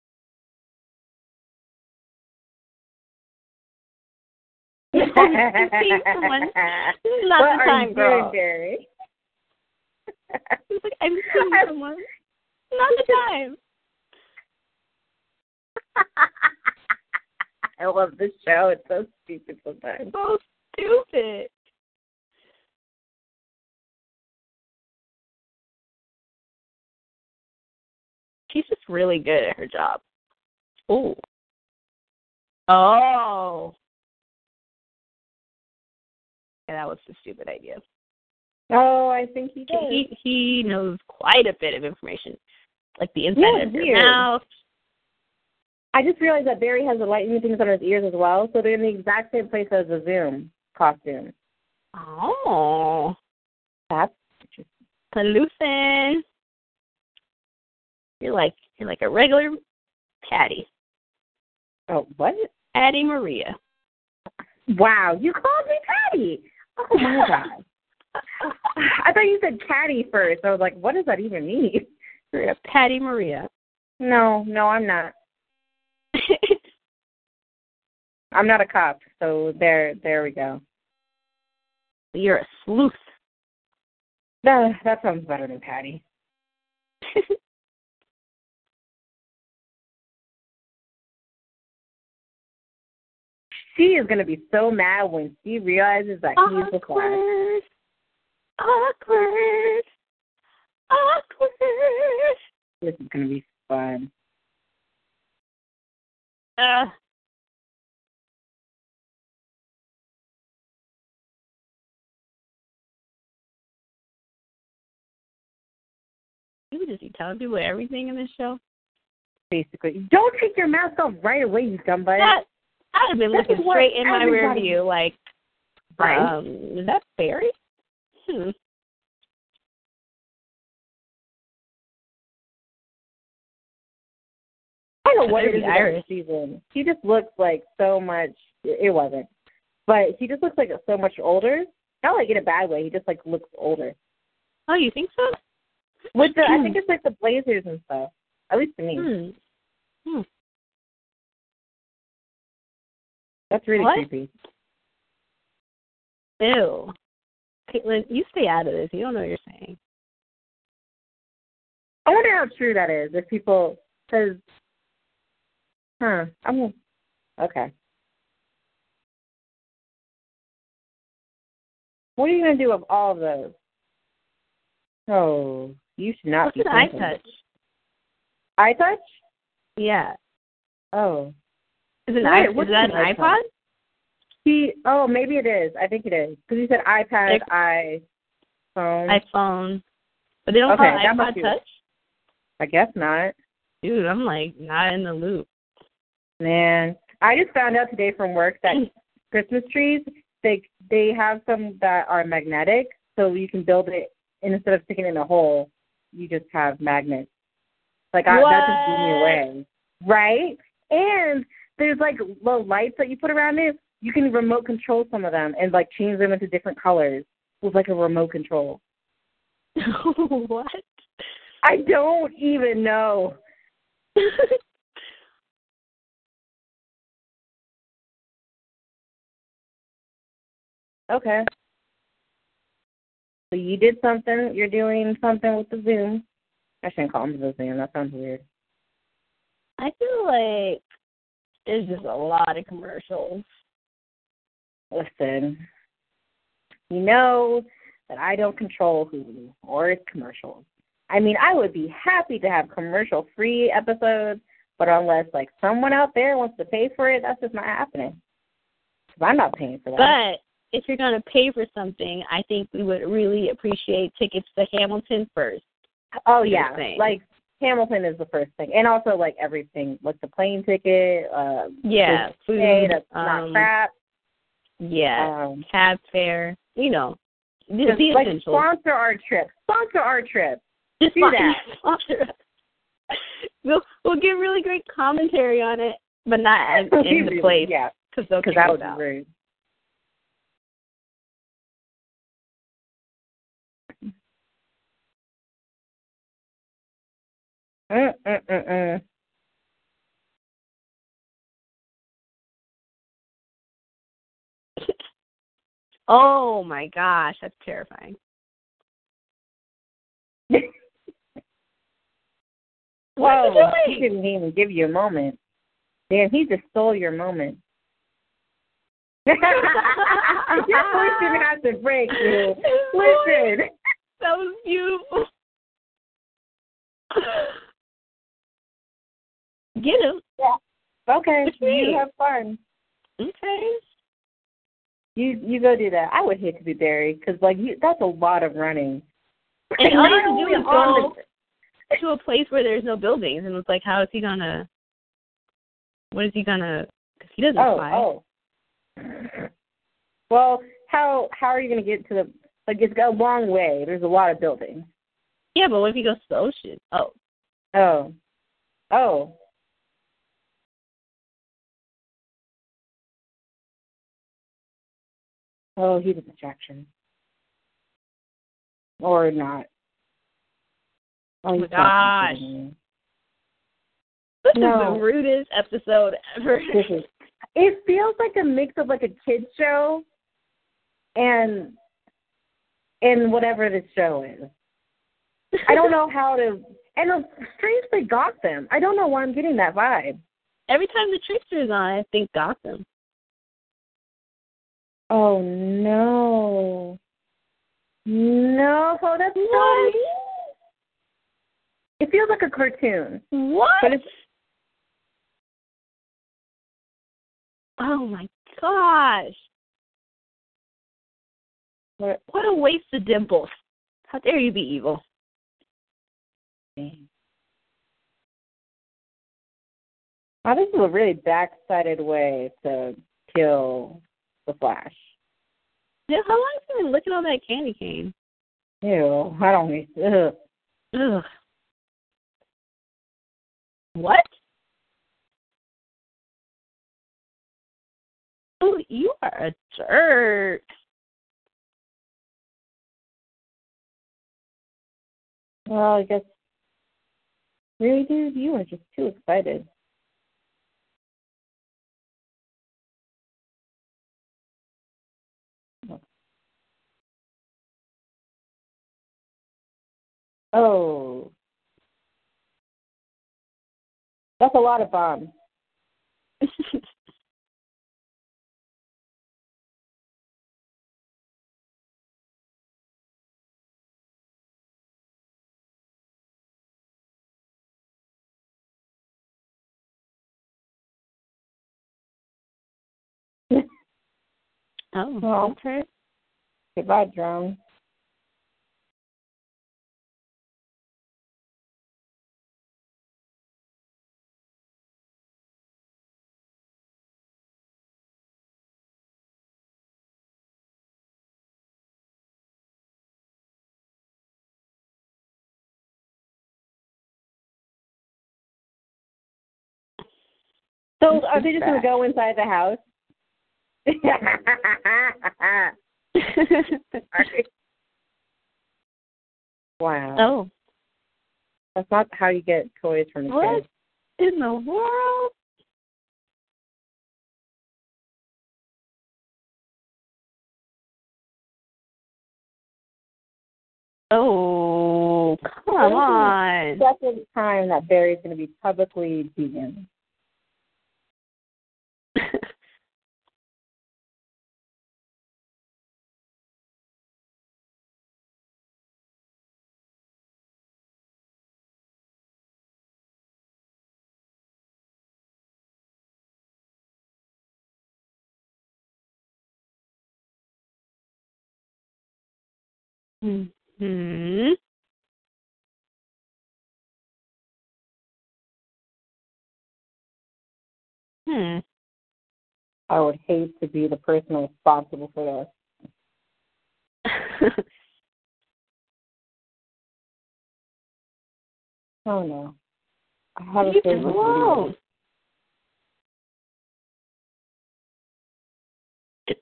S3: someone. This is not
S2: what
S3: the
S2: are
S3: time,
S2: you doing,
S3: girl.
S2: Barry?
S3: It's like, I'm seeing
S2: I-
S3: someone. Not the time.
S2: I love this show. It's so stupid sometimes.
S3: So stupid. She's just really good at her job. Oh. Oh. Yeah, that was a stupid idea.
S2: Oh, I think he does.
S3: He he knows quite a bit of information, like the inside
S2: Yeah,
S3: of
S2: weird.
S3: your mouth,
S2: I just realized that Barry has the lightning things on his ears as well, so they're in the exact same place as the Zoom costume.
S3: Oh.
S2: That's
S3: Paloosan. You're like you're like a regular Patty.
S2: oh what?
S3: Patty Maria.
S2: Wow, you called me Patty. Oh my god. I thought you said Caddy first. I was like, what does that even mean?
S3: You're a Patty Maria.
S2: No, no, I'm not. I'm not a cop, so there, there we go.
S3: You're a sleuth.
S2: That that sounds better than Patty. She is gonna be so mad when she realizes that he's the class.
S3: Awkward. Awkward. Awkward.
S2: This is gonna be fun.
S3: Uh, you just be telling people everything in this show.
S2: Basically, don't take your mask off right away, you scumbag.
S3: That I'd have been
S2: That
S3: looking
S2: is what
S3: straight in my rear
S2: everybody-
S3: view, like,
S2: right?
S3: um, is that Barry? Hmm.
S2: I don't know what it
S3: Maybe
S2: is
S3: Irish.
S2: Irish season. She just looks like so much. It wasn't, but she just looks like so much older. Not like in a bad way. He just like looks older.
S3: Oh, you think so?
S2: With the, I think it's like the blazers and stuff. At least to me,
S3: Hmm.
S2: that's really
S3: What?
S2: creepy.
S3: Hmm. Ew. Caitlin, you stay out of this. You don't know what you're saying.
S2: I wonder how true that is. If people, because, huh? I'm okay. What are you gonna do with all of those? Oh, you should not
S3: What's
S2: be
S3: an eye
S2: thinking.
S3: touch?
S2: Eye touch?
S3: Yeah.
S2: Oh.
S3: Is it an
S2: Right,
S3: eye,
S2: what's
S3: is that
S2: an
S3: an
S2: eye
S3: iPod?
S2: touch? He, oh, maybe it is. I think it is. Because he said iPad,
S3: Ex-
S2: i phone. I,
S3: iPhone. But they don't call
S2: Okay,
S3: it
S2: that must
S3: iPod
S2: be-
S3: Touch?
S2: guess not.
S3: Dude, I'm like not in the loop.
S2: Man, I just found out today from work that Christmas trees they they have some that are magnetic, so you can build it and instead of sticking it in a hole. You just have magnets. Like I, that just blew me
S3: What?
S2: away, right? And there's like little lights that you put around it. You can remote control some of them and like change them into different colors with like a remote control.
S3: what?
S2: I don't even know. Okay. So you did something. You're doing something with the Zoom. I shouldn't call them the Zoom. That sounds weird.
S3: I feel like there's just a lot of commercials.
S2: Listen, you know that I don't control Hulu or its commercials. I mean, I would be happy to have commercial-free episodes, but unless like someone out there wants to pay for it, that's just not happening. 'Cause I'm not paying for that.
S3: But if you're gonna pay for something, I think we would really appreciate tickets to Hamilton first.
S2: oh
S3: you're
S2: yeah,
S3: saying.
S2: like Hamilton is the first thing, and also like everything, like the plane ticket, uh,
S3: Yeah.
S2: Just
S3: Food,
S2: say that's not
S3: um,
S2: crap.
S3: Yeah.
S2: Um,
S3: cab fare, you know. The,
S2: just,
S3: the
S2: like
S3: essentials.
S2: sponsor our trip. Sponsor our trip.
S3: Just
S2: do
S3: fine.
S2: that.
S3: Sponsor us. We'll we'll give really great commentary on it, but not in,
S2: That'd be
S3: in the
S2: rude,
S3: place
S2: Yeah,
S3: because they'll
S2: because
S3: kick
S2: that
S3: us
S2: would
S3: out.
S2: be rude. Mm, mm, mm, mm.
S3: Oh my gosh, that's terrifying. What are you
S2: Whoa, he
S3: doing?
S2: didn't even give you a moment. Damn, he just stole your moment. your voice didn't have to break, dude. Listen.
S3: That was beautiful. Get him.
S2: Okay,
S3: What you mean?
S2: you have fun.
S3: Okay.
S2: You you go do that. I would hate to be buried because like you, that's a lot of running.
S3: And all you
S2: Not
S3: have to do
S2: only
S3: is
S2: on
S3: go to a place where there's no buildings, and it's like, how is he gonna? What is he gonna? Because he doesn't
S2: oh,
S3: fly.
S2: oh. Well, how how are you going to get to the like? It's got a long way. There's a lot of buildings.
S3: Yeah, but what if he goes to the ocean? Oh,
S2: Oh, oh. Oh, he's a distraction. Or not. Oh, he's
S3: my
S2: talking to
S3: gosh.
S2: me.
S3: this
S2: No.
S3: is the rudest episode ever.
S2: This is- It feels like a mix of like a kids show and and whatever this show is. I don't know how to. And it's strangely Gotham. I don't know why I'm getting that vibe.
S3: Every time the trickster is on, I think Gotham.
S2: Oh no. No, oh, that's so
S3: What?
S2: mean. It feels like a cartoon.
S3: What?
S2: But it's
S3: oh my gosh!
S2: what
S3: What a waste of dimples. How dare you be evil?
S2: wow, this is a really backsided way to kill the Flash.
S3: Yeah, how long has he been licking on that candy cane?
S2: Ew, I don't need ugh.
S3: Ugh. What? Oh, you are a jerk.
S2: Well, I guess really dude, you are just too excited. Oh. That's a lot of bombs.
S3: oh,
S2: Well.
S3: okay.
S2: Goodbye, drone. So are they just gonna go inside the house? wow.
S3: oh,
S2: That's not how you get toys from the
S3: what
S2: kids.
S3: in the world? Oh, come
S2: What is it?
S3: on.
S2: Second time that Barry's going to be publicly vegan.
S3: hmm Hmm.
S2: I would hate to be the person responsible for this. Oh no. I have a
S3: Leave him
S2: favorite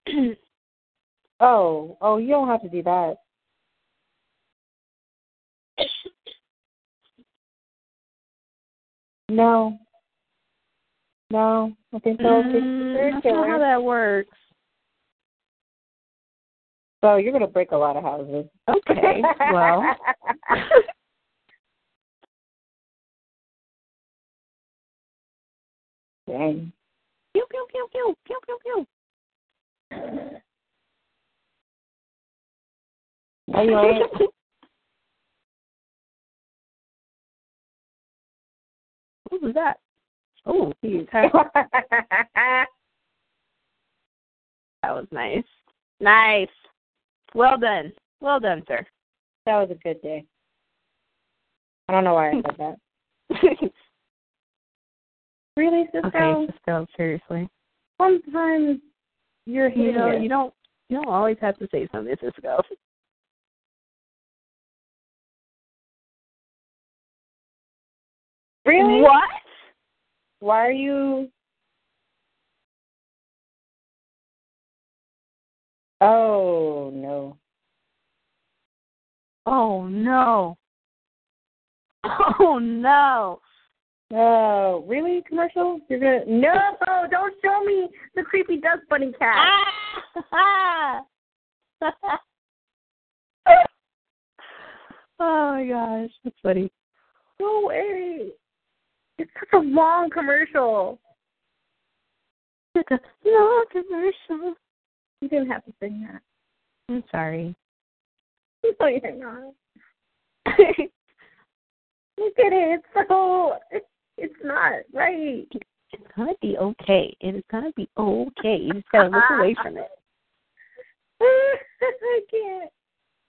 S3: alone.
S2: Oh, oh, you don't have to do that. No. No, I think they'll take the
S3: Mm,
S2: serial
S3: that's not how
S2: killer.
S3: that works.
S2: So you're going to break a lot of houses.
S3: Okay, well.
S2: Dang.
S3: Pew, pew, pew, pew, pew, pew, pew.
S2: Anyway,
S3: what was that? Oh, okay.
S2: Jeez.
S3: that was nice. Nice. Well done. Well done, sir.
S2: That was a good day. I don't know why I said that. Really, Cisco?
S3: Okay, Cisco, seriously.
S2: Sometimes you're
S3: You know,
S2: here.
S3: you don't you don't always have to say something, Cisco.
S2: really?
S4: What?
S2: Why are you? Oh no.
S4: Oh no. Oh no.
S2: Oh, really? Commercial? You're gonna no! Don't show me the creepy dust bunny cat.
S4: Ah!
S3: Oh my gosh, that's funny.
S2: No way! It's such a long commercial.
S3: no commercial.
S2: You didn't have to sing that.
S3: I'm sorry.
S2: No, you're not. Look at it. It's so. It's not right.
S3: It's gonna be okay. It is gonna be okay. You just gotta look away from it.
S2: I can't.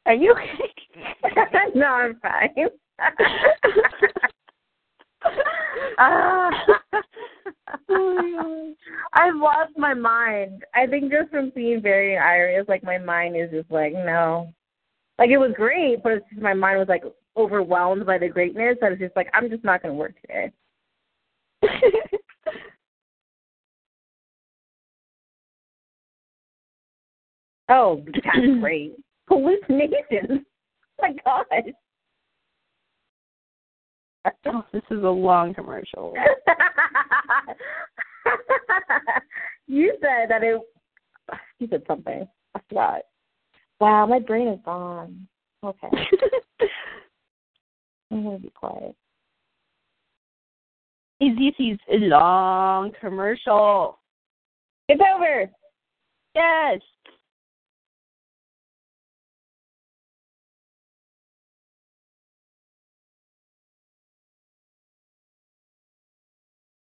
S2: Are you okay? no, I'm fine. Ah. Oh, I've lost my mind. I think just from seeing very Iris, like my mind is just like no. Like it was great, but it's just my mind was like overwhelmed by the greatness. I was just like, I'm just not gonna work today. oh, that's great. Hallucinations. Oh my gosh.
S3: Oh, this is a long commercial.
S2: you said that it. You said something. I forgot. Wow, my brain is gone. Okay, I'm gonna be quiet.
S3: this is a long commercial.
S2: It's over.
S3: Yes.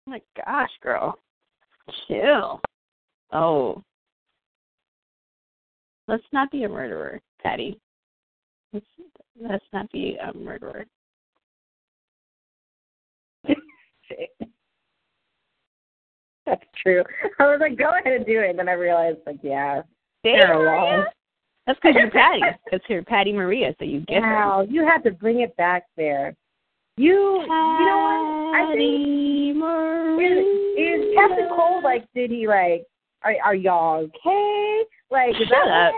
S3: Oh my gosh, girl. Chill. Oh. Let's not be a murderer, Patty. Let's, let's not be a murderer.
S2: Shit. That's true. I was like, go ahead and do it, and then I realized, like, yeah, they're alone.
S3: That's because you're Patty. That's your Patty Maria, so you get her.
S2: Wow, you had to bring it back there. You, you know what? I think
S3: Patty
S2: Is,
S3: Maria.
S2: is Captain Cole like? Did he like? Are are y'all okay? Like, is
S3: Shut
S2: that
S3: up.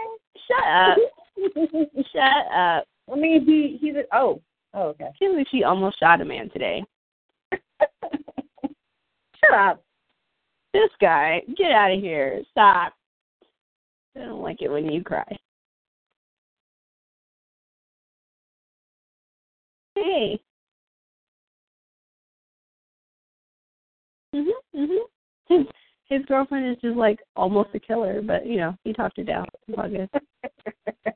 S3: Shut up.
S2: okay?
S3: Shut up.
S2: I mean, he he's a, oh oh okay.
S3: I can't believe she almost shot a man today.
S2: Shut up.
S3: This guy, get out of here. Stop. I don't like it when you cry. Hey. Mhm. Mhm. His his girlfriend is just like almost a killer, but you know he talked her down. It's all good.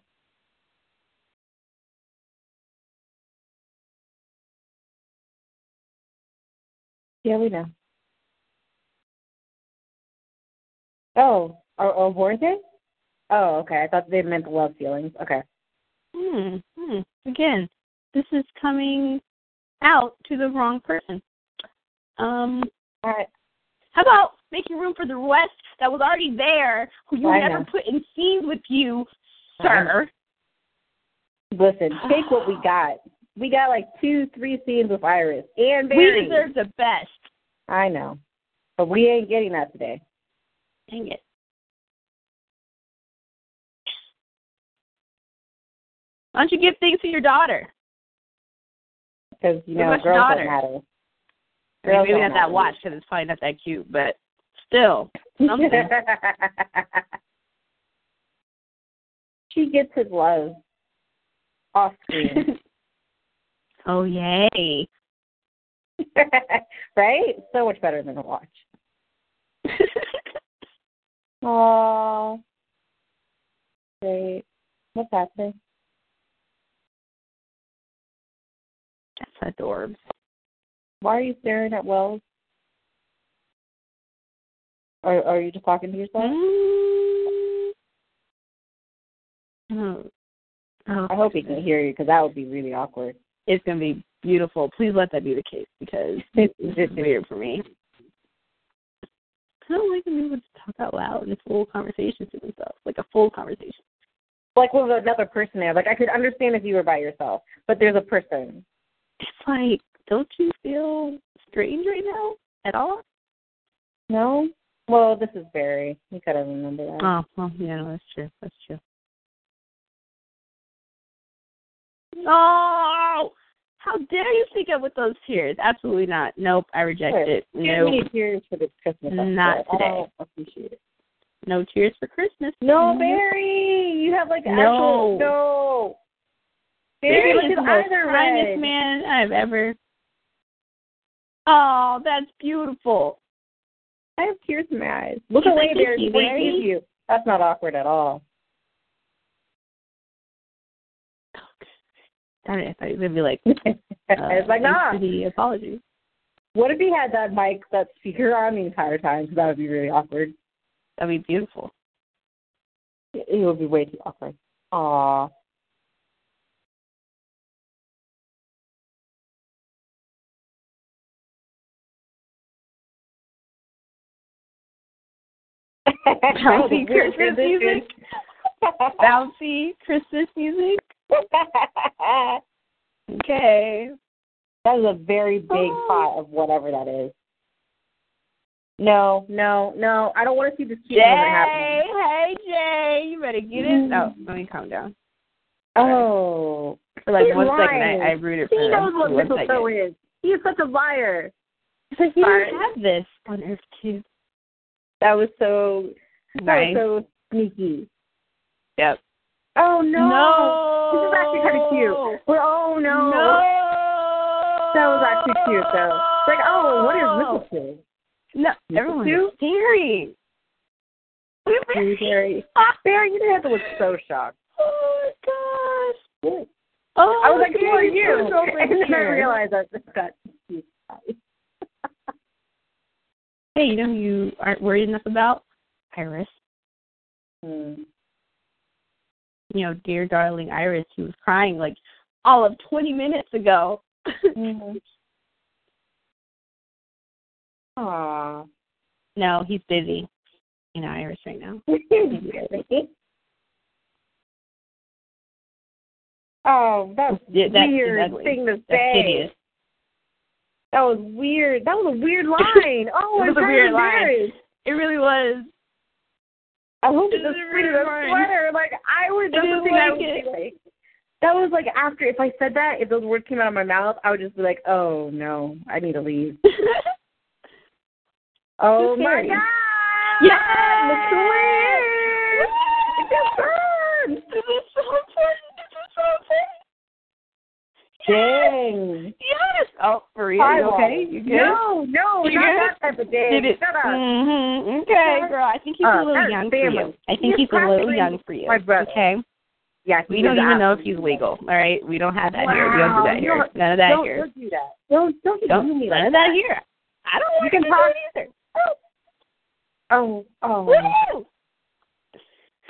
S2: Yeah, we know. Oh, are aborted? Oh, okay. I thought they meant love feelings. Okay.
S3: Hmm. Hmm. Again, this is coming out to the wrong person. Um.
S2: All right.
S3: How about making room for the rest that was already there, who you
S2: I
S3: never
S2: know.
S3: put in scenes with you, sir?
S2: Listen, take what we got. We got like two, three scenes with Iris and
S3: We
S2: Barry.
S3: deserve the best.
S2: I know, but we ain't getting that today.
S3: Dang it. Why don't you give things to your daughter?
S2: Because you
S3: What
S2: know,
S3: about your
S2: girls don't
S3: daughter?
S2: matter.
S3: I mean,
S2: Girls
S3: maybe
S2: don't
S3: not that
S2: matter.
S3: watch because it's probably not that cute, but still, something.
S2: she gets his love off screen,
S3: oh yay!
S2: right? So much better than a watch. Oh, great. What's happening?
S3: That's adorbs.
S2: Why are you staring at Wells? Or, or are you just talking to yourself?
S3: Hmm? Mm. Oh. Oh.
S2: I hope he can hear you because that would be really awkward.
S3: it's going to be beautiful. Please let that be the case because this is weird for me. I don't like when people just talk out loud in full conversations to themselves, like a full conversation.
S5: Like with another person there. Like I could understand if you were by yourself, but there's a person.
S3: It's like, don't you feel strange right now at all?
S5: No. Well, this is Barry. You gotta remember that.
S3: Oh, well, yeah, no, that's true. That's true. No! How dare you sneak up with those tears? Absolutely not. Nope, I reject
S5: Sure.
S3: it.
S5: Too
S3: No,
S5: many tears for this Christmas. I'm
S3: Not
S5: sorry. I
S3: today.
S5: don't appreciate it.
S3: no tears for Christmas.
S5: No, Barry. You have like
S3: Mm-hmm. No.
S5: actual no.
S3: Barry
S5: Barry, look
S3: is
S5: his
S3: the
S5: eyes
S3: most
S5: are
S3: kindest
S5: red.
S3: man I've ever. Oh, that's beautiful.
S6: I have tears in my eyes.
S5: Look
S3: He's
S5: away,
S3: like,
S5: Barry.
S3: "Thank you,
S5: Wait,
S3: Barry."
S5: thank you. That's not awkward at all.
S3: Darn it, I thought he was gonna be like, uh,
S5: it's like
S3: thanks
S5: nah.
S3: for the apology.
S5: What if he had that mic, that speaker on the entire time? 'Cause that would be really awkward.
S3: That'd be beautiful.
S5: It it would be way too awkward. Aw. That
S3: Bouncy Christmas music. Bouncy Christmas music.
S5: that
S3: Okay.
S5: is a very big pot of whatever that is. No, no, no. I don't want to see this
S3: Jay,
S5: cute moment happening.
S3: hey Jay, you better get in.
S5: Mm.
S3: No, let me calm down.
S5: Oh.
S3: For like
S5: He's
S3: one second,
S5: lying.
S3: I, I rooted for
S5: He knows
S3: them.
S5: what
S3: for one
S5: mistletoe
S3: second.
S5: is. He is such a liar.
S3: It's like you
S5: Sorry.
S3: don't have this on Earth too.
S5: That was so that
S3: Nice.
S5: was so sneaky.
S3: Yep.
S5: Oh no.
S3: No.
S5: This is actually kind of cute. We're oh no. That was actually cute though. It's like oh, what is mistletoe?
S3: No,
S5: Mistletoe?
S3: everyone's staring.
S5: Hey, Barry, Barry, you didn't have to look so shocked.
S3: Oh my gosh. Oh,
S5: I was like, who are
S3: Barry,
S5: you?
S3: who's over
S5: And then I
S3: here?
S5: realized I just got confused.
S3: Hey, you know who you aren't worried enough about? Iris.
S5: Hmm.
S3: You know, dear darling Iris, who was crying like all of 20 minutes ago.
S5: Aw.
S3: no, he's busy. You know, Iris right now.
S5: Oh, that's
S3: Yeah, that's
S5: weird
S3: ugly.
S5: thing to
S3: That's
S5: say.
S3: hideous.
S5: That was weird. That was a weird line. Oh,
S3: It
S5: I'm
S3: was a
S5: kind
S3: weird
S5: of
S3: line.
S5: embarrassed.
S3: It really was.
S5: I hope
S3: It
S5: it's
S3: was
S5: a
S3: a
S5: sweater.
S3: weird
S5: a
S3: line.
S5: sweater. Like I would. That's the
S3: didn't
S5: thing I
S3: like
S5: would
S3: it.
S5: be like. That was like after. If I said that, if those words came out of my mouth, I would just be like, "Oh no, I need to leave." Oh my
S3: scary.
S5: god!
S3: Yeah.
S5: Look who it is. It's your son.
S3: This is so important. This is so important.
S5: Dang.
S3: Yes. Oh, for real?
S5: Hi,
S3: You okay?
S5: Wally.
S3: You good?
S5: No, no,
S3: You
S5: not that type of day.
S3: Did it?
S5: Shut up.
S3: Mhm. Okay, girl. I think he's
S5: Uh,
S3: a little
S5: that's
S3: young for
S5: family.
S3: you. I
S5: He's
S3: think he's a little
S5: practically
S3: young for you.
S5: my brother.
S3: Okay.
S5: Yeah,
S3: We
S5: he
S3: don't
S5: was
S3: even know if
S5: absolutely
S3: he's legal. All right. We don't have that
S5: Wow.
S3: here. We don't do that
S5: You
S3: here.
S5: don't-
S3: None of that
S5: don't,
S3: here.
S5: don't do that. Don't don't do
S3: Don't,
S5: me
S3: none
S5: like
S3: of that here. I don't want
S5: can
S3: to
S5: talk-
S3: do it either.
S5: Oh oh
S3: Woo!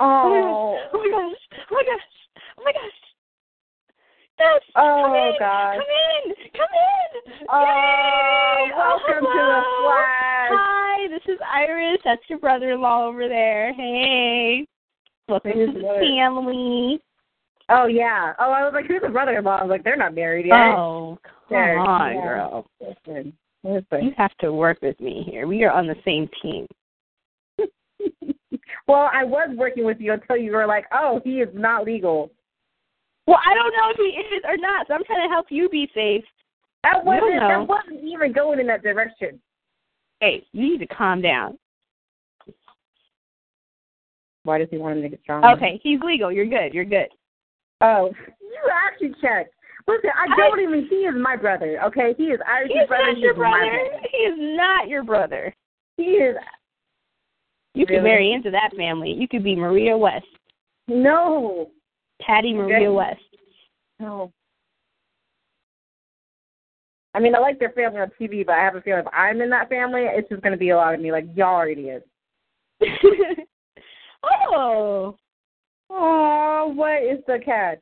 S5: oh
S3: Oh my gosh! Oh my gosh! Oh my gosh! Yes!
S5: Oh,
S3: come in,
S5: gosh.
S3: Come in! Come in!
S5: oh!
S3: Yay!
S5: Welcome to the
S3: hello.
S5: flash.
S3: Hi, this is Iris. That's your brother-in-law over there. Hey, welcome
S5: Hey,
S3: to the
S5: brother.
S3: family.
S5: Oh yeah. Oh, I was like, who's the brother-in-law? I was like, they're not married yet.
S3: Oh, come
S5: There,
S3: on,
S5: yeah.
S3: girl.
S5: Listen,
S3: You
S5: listen.
S3: have to work with me here. We are on the same team.
S5: well, I was working with you until you were like, oh, he is not legal.
S3: Well, I don't know if he is or not, so I'm trying to help you be safe.
S5: That
S3: We don't
S5: wasn't.
S3: know.
S5: That wasn't even going in that direction.
S3: Hey, you need to calm down.
S5: Why does he want him to get strong?
S3: Okay, he's legal. You're good. You're good.
S5: Oh, you actually checked. Listen, I
S3: I-
S5: don't even. He is my brother. Okay, he is Irish's
S3: He's
S5: brother.
S3: not your
S5: he's my
S3: brother. He is not your brother.
S5: He is.
S3: You could
S5: Really?
S3: marry into that family. You could be Maria West,
S5: No.
S3: Patty Maria
S5: Okay.
S3: West.
S5: No. I mean, I like their family on TV, but I have a feeling if I'm in that family, it's just going to be a lot of me like y'all are idiots.
S3: oh.
S5: Oh, what is the catch?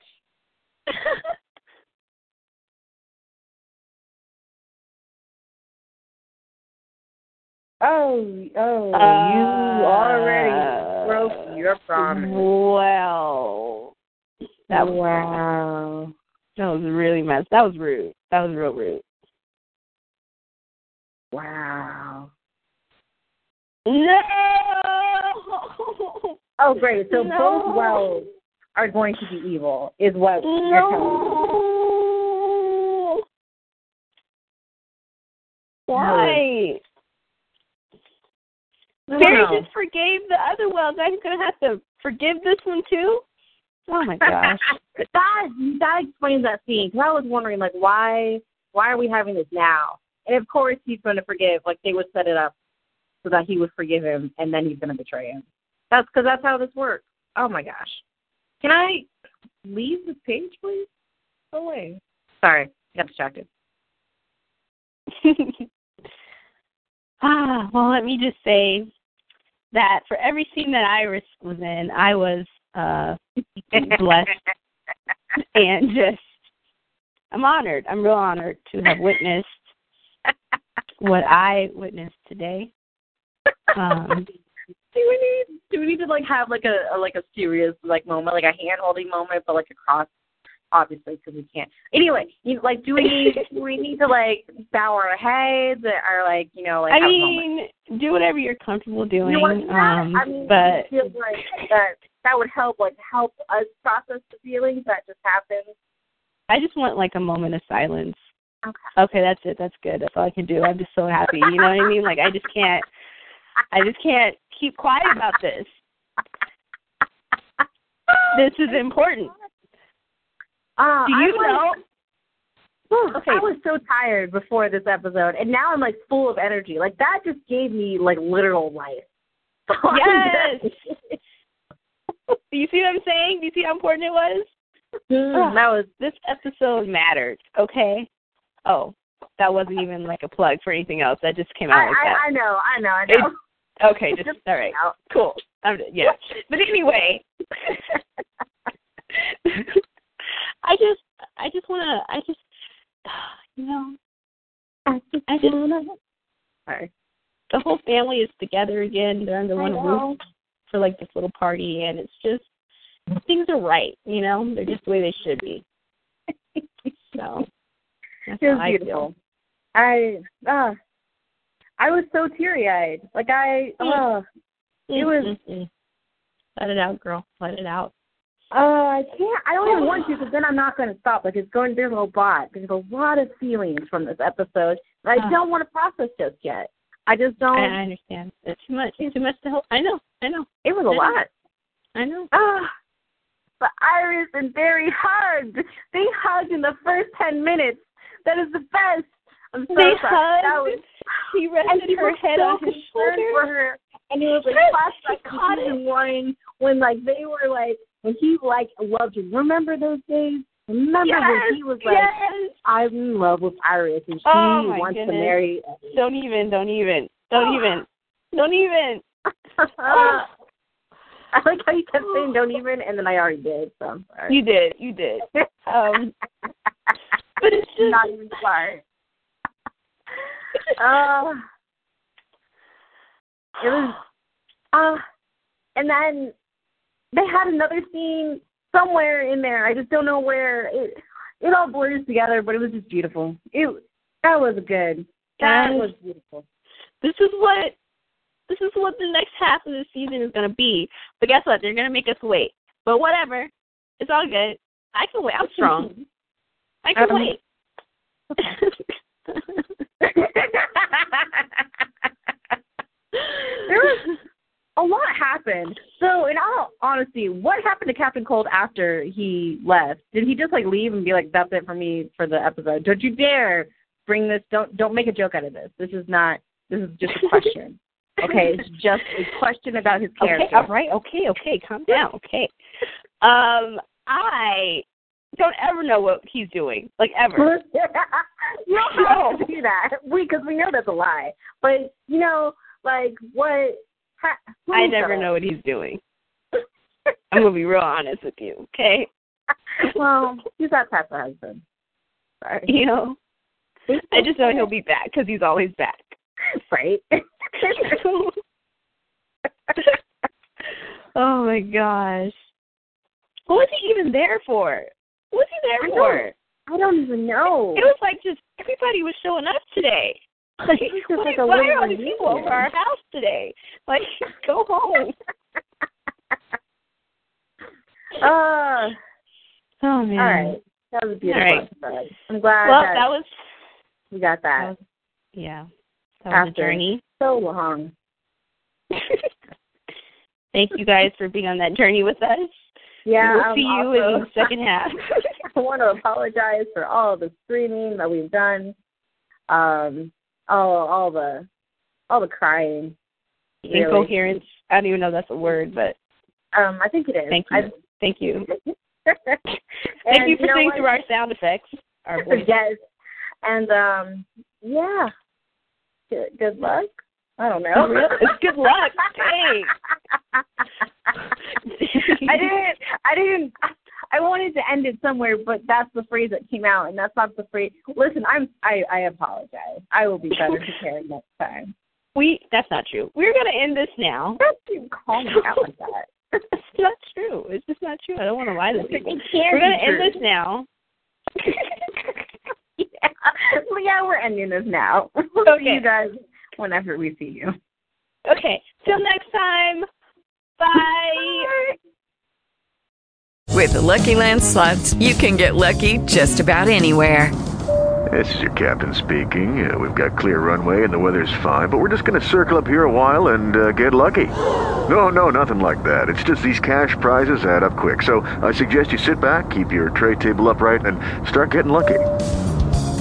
S5: Oh, oh, you already broke your promise.
S3: Wow. That was
S5: wow.
S3: that was really messed. That was rude. That was real rude.
S5: Wow.
S3: No.
S5: Oh, great. So
S3: No.
S5: both wells are going to be evil, is what you're telling me.
S3: No. Why?
S5: No.
S3: Barry just forgave the other well. Now he's gonna have to forgive this one too. Oh my gosh.
S5: that that explains that scene. 'cause I was wondering, like, why why are we having this now? And of course, he's going to forgive. Like they would set it up so that he would forgive him, and then he's going to betray him. That's because that's how this works. Oh my gosh! Can I leave this page, please? Go away. Sorry, got distracted.
S3: ah, well, let me just say that for every scene that Iris was in, I was uh, blessed and just I'm honored. I'm real honored to have witnessed what I witnessed today. Um,
S5: do we need do we need to like have like a, a like a serious like moment, like a hand holding moment, but like across obviously because we can't. Anyway, you, like do we need do we need to like bow our heads or like you know like
S3: I
S5: have a moment?
S3: mean, do whatever you're comfortable doing.
S5: You know what?
S3: um,
S5: I mean,
S3: but
S5: I feel like that that would help like help us process the feelings that just happened.
S3: I just want like a moment of silence.
S5: Okay.
S3: Okay, that's it. That's good. That's all I can do. I'm just so happy. You know what I mean? Like I just can't I just can't keep quiet about this. This is important.
S5: Uh,
S3: Do
S5: I
S3: you
S5: was-
S3: know?
S5: Whew,
S3: Okay.
S5: I was so tired before this episode, and now I'm like full of energy. Like that just gave me like literal life. So I'm
S3: Yes.
S5: just-
S3: Do you see what I'm saying? Do you see how important it was?
S5: Mm, that was
S3: This episode mattered, okay? Oh, that wasn't even like a plug for anything else. That just came out
S5: I,
S3: like that.
S5: I, I know, I know, I know.
S3: okay, just all right.
S5: out.
S3: Cool. I'm, yeah. But anyway, I just, I just want to, I just, you know, I just,
S5: Sorry.
S3: the whole family is together again. They're under one roof for like this little party, and it's just things are right. You know, they're just the way they should be. So that's
S5: It was
S3: how I feel.
S5: beautiful. I uh, I was so teary eyed. Like I
S3: Mm.
S5: uh, It was-
S3: Mm-mm-mm. Let it out, girl. Let it out.
S5: uh I can't I don't even want to because then I'm not gonna stop. Like it's going there's a lot. There's a lot of feelings from this episode that I
S3: Ah.
S5: don't want to process just yet. I just
S3: I,
S5: don't
S3: I understand. It's too much. It's too much to help. I know. I know.
S5: it was a lot.
S3: I know.
S5: Ah, but Iris and Barry hugged. They hugged in the first ten minutes. That is the best. I'm so
S3: They
S5: sorry. That
S3: hugged.
S5: was
S3: She
S5: and
S3: rested
S5: he
S3: her
S5: was
S3: head
S5: so
S3: on his
S5: concerned for
S3: shoulder.
S5: her, and it was like
S3: Yes,
S5: flashback
S3: she
S5: to
S3: caught
S5: season one when like they were like when he like loved you. Remember those days? Remember when he was like,
S3: yes.
S5: "I'm in love with Iris, and she
S3: Oh, my
S5: wants to
S3: goodness.
S5: marry."
S3: Don't even. Don't even.
S5: Oh.
S3: Don't even. Don't even.
S5: I like how you kept saying "don't even," and then I already did. So I'm sorry.
S3: You did. You did. Um, but it's just.
S5: Not even sorry. Uh, it was uh and then they had another scene somewhere in there i just don't know where it it all blurs together but it was just beautiful it that was good that
S3: Guys.
S5: was beautiful
S3: this is what. This is what the next half of the season is going to be. But guess what? They're going to make us wait. But whatever. It's all good. I can wait. I'm strong. I can
S5: Um,
S3: wait.
S5: there was a lot happened so in all honesty what happened to captain cold after he left did he just like leave and be like that's it for me for the episode don't you dare bring this don't don't make a joke out of this this is not this is just a question okay it's just a question about his character
S3: Okay, all right, okay, okay, calm down, okay. Um, I don't ever know what he's doing, like ever.
S5: you don't have to do that because we know that's a lie. But you know, like what? Ha, who
S3: I
S5: knows?
S3: never know what he's doing. I'm gonna be real honest with you, okay?
S5: well, he's that type of husband. Sorry.
S3: You know, I just know he'll be back because he's always back.
S5: right?
S3: oh my gosh. What was he even there for? What was he there
S5: I don't-
S3: for?
S5: I don't even know.
S3: It was like just everybody was showing up today. Like,
S5: It was just
S3: why,
S5: like a
S3: why
S5: little
S3: are all these people
S5: reunion.
S3: over our house today? Like, go home.
S5: Uh,
S3: Oh man.
S5: All right. That was a beautiful.
S3: All right.
S5: episode. I'm glad
S3: Well,
S5: that,
S3: that was
S5: we got
S3: that
S5: that.
S3: was- yeah. That was a
S5: After.
S3: journey.
S5: So long.
S3: Thank you guys for being on that journey with us.
S5: Yeah.
S3: we'll
S5: I'm
S3: see you
S5: also-
S3: in the second half.
S5: I want to apologize for all the screaming that we've done. Um, all all the all the crying. Really.
S3: Incoherence. I don't even know if that's a word, but
S5: Um, I think it is.
S3: thank you.
S5: I-
S3: thank you.
S5: And
S3: Thank you for
S5: know
S3: singing
S5: what?
S3: through our sound effects. Our voice.
S5: yes. And um yeah. Good, good luck. I don't know.
S3: Really? It's good luck. Dang.
S5: I didn't I didn't I wanted to end it somewhere, but that's the phrase that came out and that's not the phrase listen, I'm I, I apologize. I will be better prepared next time.
S3: We that's not true. We're gonna end this now.
S5: Don't you call me out like that.
S3: That's not true. It's just not true. I don't want to lie to people.
S5: It can't
S3: We're gonna
S5: be
S3: end
S5: true.
S3: this now.
S5: yeah. Well, yeah, we're ending this now. We'll see
S3: Okay.
S5: you guys whenever we see you.
S3: Okay. Till next time. Bye.
S7: With the Lucky Land slots, you can get lucky just about anywhere.
S8: This is your captain speaking. Uh, we've got clear runway and the weather's fine, but we're just going to circle up here a while and uh, get lucky. No, no, nothing like that. It's just these cash prizes add up quick. So I suggest you sit back, keep your tray table upright, and start getting lucky.